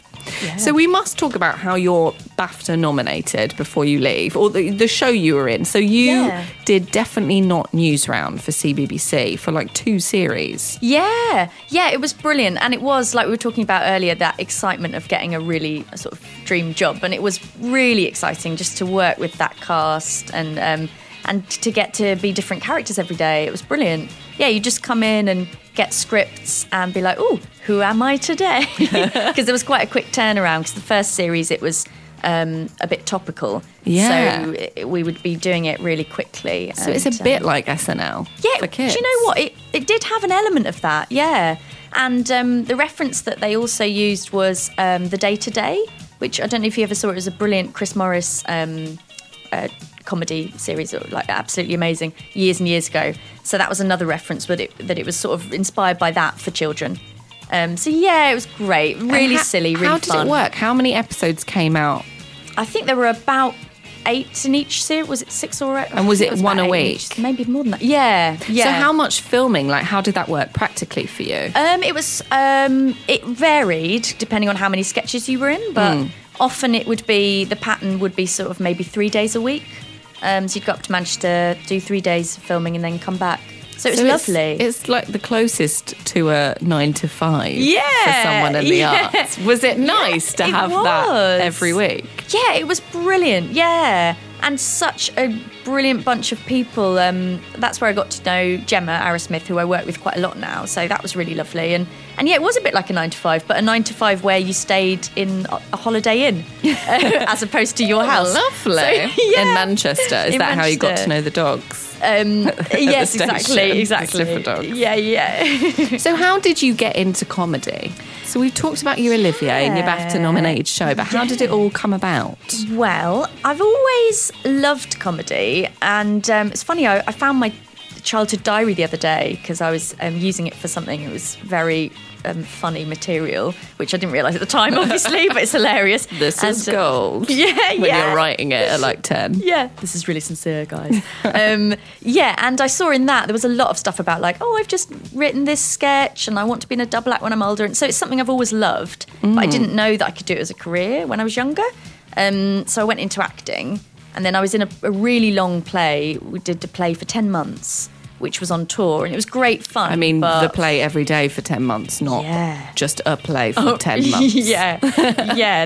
S2: So we must talk about how you're BAFTA nominated before you leave, or the, the show you were in. So you
S4: Yeah.
S2: did definitely not news round for CBBC for like two series.
S4: Yeah, yeah, it was brilliant. And it was, like we were talking about earlier, that excitement of getting a really sort of dream job. And it was really exciting just to work with that cast and, um, and to get to be different characters every day. It was brilliant. Yeah, you just come in and get scripts and be like, oh, who am I today? Because there was quite a quick turnaround. Because the first series, it was um, a bit topical.
S2: Yeah.
S4: So it- we would be doing it really quickly.
S2: So it's a bit like SNL.
S4: yeah,
S2: for kids.
S4: Do you know what? It, it did have an element of that, yeah. And um, the reference that they also used was um, the day to day, which I don't know if you ever saw it. It was a brilliant Chris Morris um, uh, comedy series, or, like absolutely amazing, years and years ago. So that was another reference, but it, that it was sort of inspired by that for children. Um, so yeah, it was great, really
S2: And how-
S4: silly, really
S2: How did
S4: fun.
S2: it work? How many episodes came out?
S4: I think there were about eight in each series. Was it six or eight?
S2: And was
S4: I think
S2: it one
S4: about
S2: a
S4: eight in
S2: week?
S4: each- Maybe more than that. Yeah, yeah.
S2: So how much filming? Like, how did that work practically for you?
S4: Um, it was um, it varied depending on how many sketches you were in, but
S2: Hmm.
S4: often it would be the pattern would be sort of maybe three days a week. Um, so you'd go up to Manchester, do three days of filming, and then come back. So it was
S2: So it's-
S4: lovely.
S2: It's, like the closest to a nine to five.
S4: Yeah,
S2: For someone in the
S4: yeah.
S2: arts. Was it nice to
S4: it
S2: have that
S4: was.
S2: every week?
S4: Yeah, it was brilliant. Yeah. And such a brilliant bunch of people. Um, that's where I got to know Gemma Arrowsmith, who I work with quite a lot now. So that was really lovely. And, and yeah, it was a bit like a nine to five, but a nine to five where you stayed in a a holiday inn as opposed to
S2: Oh,
S4: your house.
S2: Lovely.
S4: So, yeah.
S2: In Manchester. Is
S4: In
S2: that how you got to
S4: Manchester.
S2: know the dogs?
S4: Um, yes,
S2: station,
S4: exactly.
S2: the
S4: Exactly.
S2: sniffer dogs.
S4: Yeah, yeah.
S2: So how did you get into comedy? So we've talked about you, Olivia, in your
S4: Yeah.
S2: BAFTA nominated show, but how did it all come about?
S4: Well, I've always loved comedy, and um, it's funny. I, I found my childhood diary the other day because I was um, using it for something. It was very um, funny material, which I didn't realise at the time, obviously, but it's hilarious.
S2: This is
S4: And, uh,
S2: gold.
S4: Yeah,
S2: When
S4: yeah.
S2: you're writing it at like 10.
S4: Yeah, this is really sincere, guys. um, yeah, and I saw in that there was a lot of stuff about like, oh, I've just written this sketch, and I want to be in a double act when I'm older, and so it's something I've always loved, but I
S2: Mm.
S4: didn't know that I could do it as a career when I was younger. Um, so I went into acting, and then I was in a, a really long play. We did a play for ten months, which was on tour, and it was great fun.
S2: I mean,
S4: but-
S2: the play every day for 10 months, not
S4: Yeah.
S2: just a play for 10 months.
S4: yeah, yeah,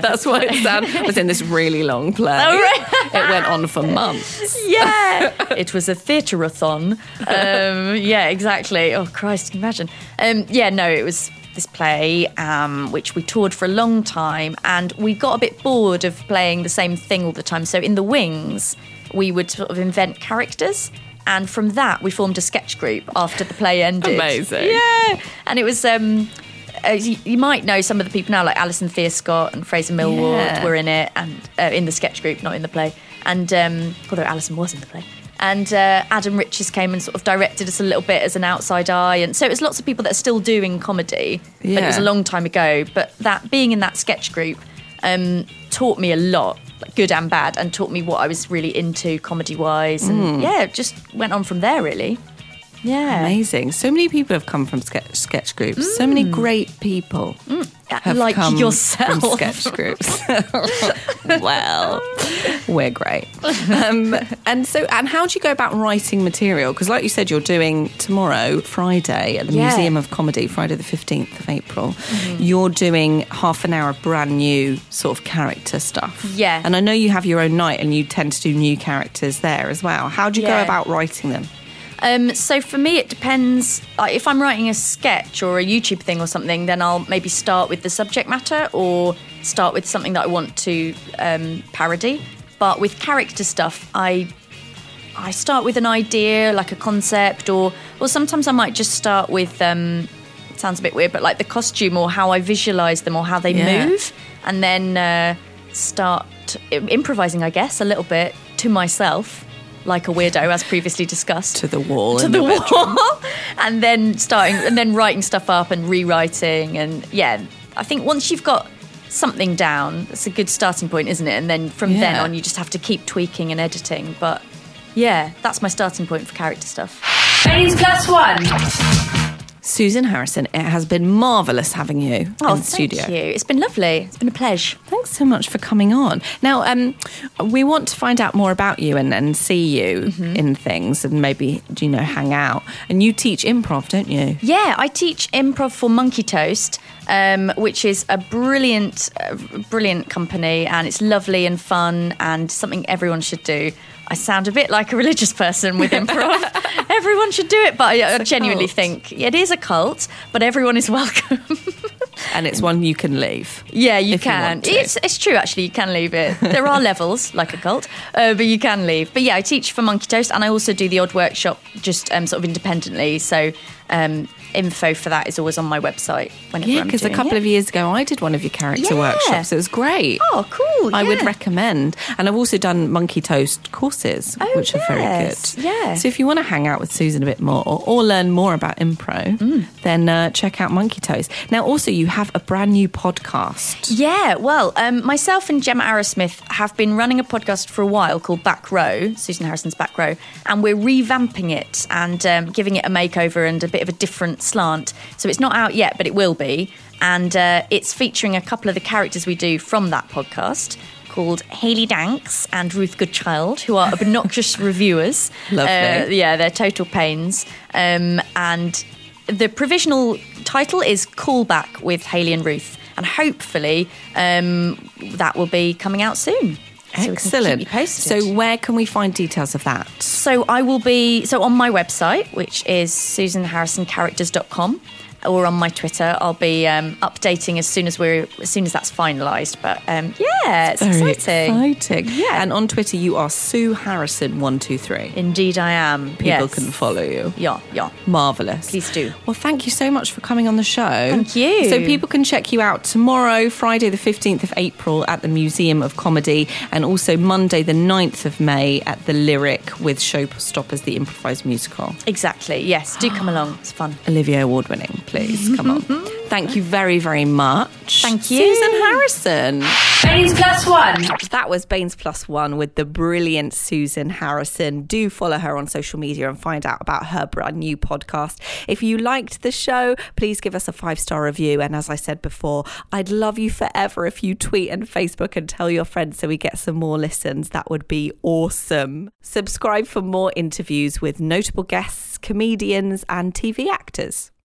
S2: That's what it sounded. I was in this really long play.
S4: Oh, right.
S2: It went on for months.
S4: yeah. it was a theatre-a-thon. Um, yeah, exactly. Oh, Christ, can you imagine? Um, yeah, no, it was this play um, which we toured for a long time and we got a bit bored of playing the same thing all the time. So in the wings, we would sort of invent characters. And from that, we formed a sketch group after the play ended.
S2: Amazing.
S4: Yeah. And it was... Um, uh, you, you might know some of the people now, like Alison Scott and Fraser Millward
S2: Yeah.
S4: were in it, and uh, in the sketch group, not in the play. And um, although Alison was in the play, and uh, Adam Riches came and sort of directed us a little bit as an outside eye, and so it was lots of people that are still doing comedy, but it was
S2: Yeah.
S4: a long time ago. But that being in that sketch group um, taught me a lot. like, Good and bad, and taught me what I was really into comedy wise, and
S2: Hmm.
S4: yeah, it just went on from there really. Yeah,
S2: Amazing. So many people have come from sketch, sketch groups. So many great people have
S4: like
S2: come
S4: yourself.
S2: from sketch groups. well, we're great. Um, and so, and how do you go about writing material? Because, like you said, you're doing tomorrow, Friday, at the
S4: Yeah. Mm-hmm.
S2: Museum of Comedy, Friday the fifteenth of April. You're doing half an hour of brand new sort of character stuff.
S4: Yeah.
S2: And I know you have your own night, and you tend to do new characters there as well. How do you
S4: Yeah.
S2: go about writing them?
S4: Um, so for me, it depends. Like if I'm writing a sketch or a YouTube thing or something, then I'll maybe start with the subject matter or start with something that I want to um, parody. But with character stuff, I I start with an idea, like a concept, or or sometimes I might just start with. Um, it sounds a bit weird, but like the costume or how I visualize them or how they
S2: Yeah.
S4: move, and then uh, start i- improvising, I guess, a little bit to myself, like a weirdo, as previously discussed
S2: To the wall.
S4: to
S2: in
S4: the
S2: bedroom.
S4: wall and then starting and then writing stuff up and rewriting and yeah i think once you've got something down it's a good starting point isn't it and then from then
S2: Yeah.
S4: on you just have to keep tweaking and editing but yeah that's my starting point for character stuff
S1: Baines plus one.
S2: Susan Harrison, it has been marvellous having you
S4: oh
S2: in the
S4: thank
S2: studio.
S4: you it's been lovely it's been a pleasure
S2: Thanks so much for coming on. Now, um, we want to find out more about you and, and see you in things and maybe, you know, hang out. And you teach improv, don't you?
S4: Yeah, I teach improv for Monkey Toast, um, which is a brilliant, uh, brilliant company, and it's lovely and fun and something everyone should do. I sound a bit like a religious person with improv. everyone should do it, but I, I genuinely
S2: cult.
S4: think it is a cult, but everyone is welcome.
S2: and it's one you can leave.
S4: Yeah, you
S2: if you
S4: can.
S2: want to.
S4: it's it's true actually. You can leave it. There are levels, like a cult, uh, but you can leave. But yeah, I teach for Monkey Toast, and I also do the odd workshop just um, sort of independently. So um, info for that is always on my website. Whenever
S2: Yeah,
S4: I'm
S2: because a
S4: doing
S2: couple
S4: it.
S2: of years ago, I did one of your character
S4: Yeah.
S2: workshops. It was great.
S4: Oh, cool,
S2: I would
S4: yeah.
S2: recommend. And I've also done Monkey Toast courses,
S4: Oh,
S2: which are
S4: yes,
S2: very good.
S4: yeah.
S2: So if you want to hang out with Susan a bit more or learn more about Impro, then uh, check out Monkey Toast. Now, also, you have a brand new podcast.
S4: Yeah, well, um, myself and Gemma Arrowsmith have been running a podcast for a while called Back Row, Susan Harrison's Back Row, and we're revamping it and um, giving it a makeover and a bit of a different slant. So it's not out yet, but it will be. And uh, it's featuring a couple of the characters we do from that podcast called Haley Danks and Ruth Goodchild, who are obnoxious reviewers. Uh,
S2: Lovely.
S4: yeah, they're total pains. Um, and the provisional title is Callback with Haley and Ruth, and hopefully um, that will be coming out soon. So we can keep
S2: Excellent.
S4: you posted.
S2: so, where can we find details of that?
S4: So I will be so on my website, which is susanharrisoncharacters.com, or on my Twitter. I'll be um, updating as soon as we're as soon as that's finalised. But um, yeah, it's
S2: Very
S4: exciting.
S2: exciting. Yeah. And on Twitter, you are Sue Harrison123. People
S4: Indeed, I am. yes.
S2: can follow you.
S4: Yeah, yeah.
S2: Marvelous.
S4: Please do.
S2: Well, thank you so much for coming on the show. Thank
S4: you.
S2: So people can check you out tomorrow, Friday the 15th of April at the Museum of Comedy and also Monday the 9th of May at the Lyric with Showstoppers the improvised musical.
S4: Exactly. Yes. Do come along. It's fun.
S2: Olivia award winning, please. Come on. Thank you very very much.
S4: Thank you.
S2: Susan Harrison.
S1: Baines Plus One.
S6: That was Baines Plus One with the brilliant Susan Harrison. Do follow her on social media and find out about her brand new podcast. If you liked the show, please give us a five star review. And as I said before, I'd love you forever if you tweet and Facebook and tell your friends so we get some more listens. That would be awesome. Subscribe for more interviews with notable guests, comedians, and TV actors.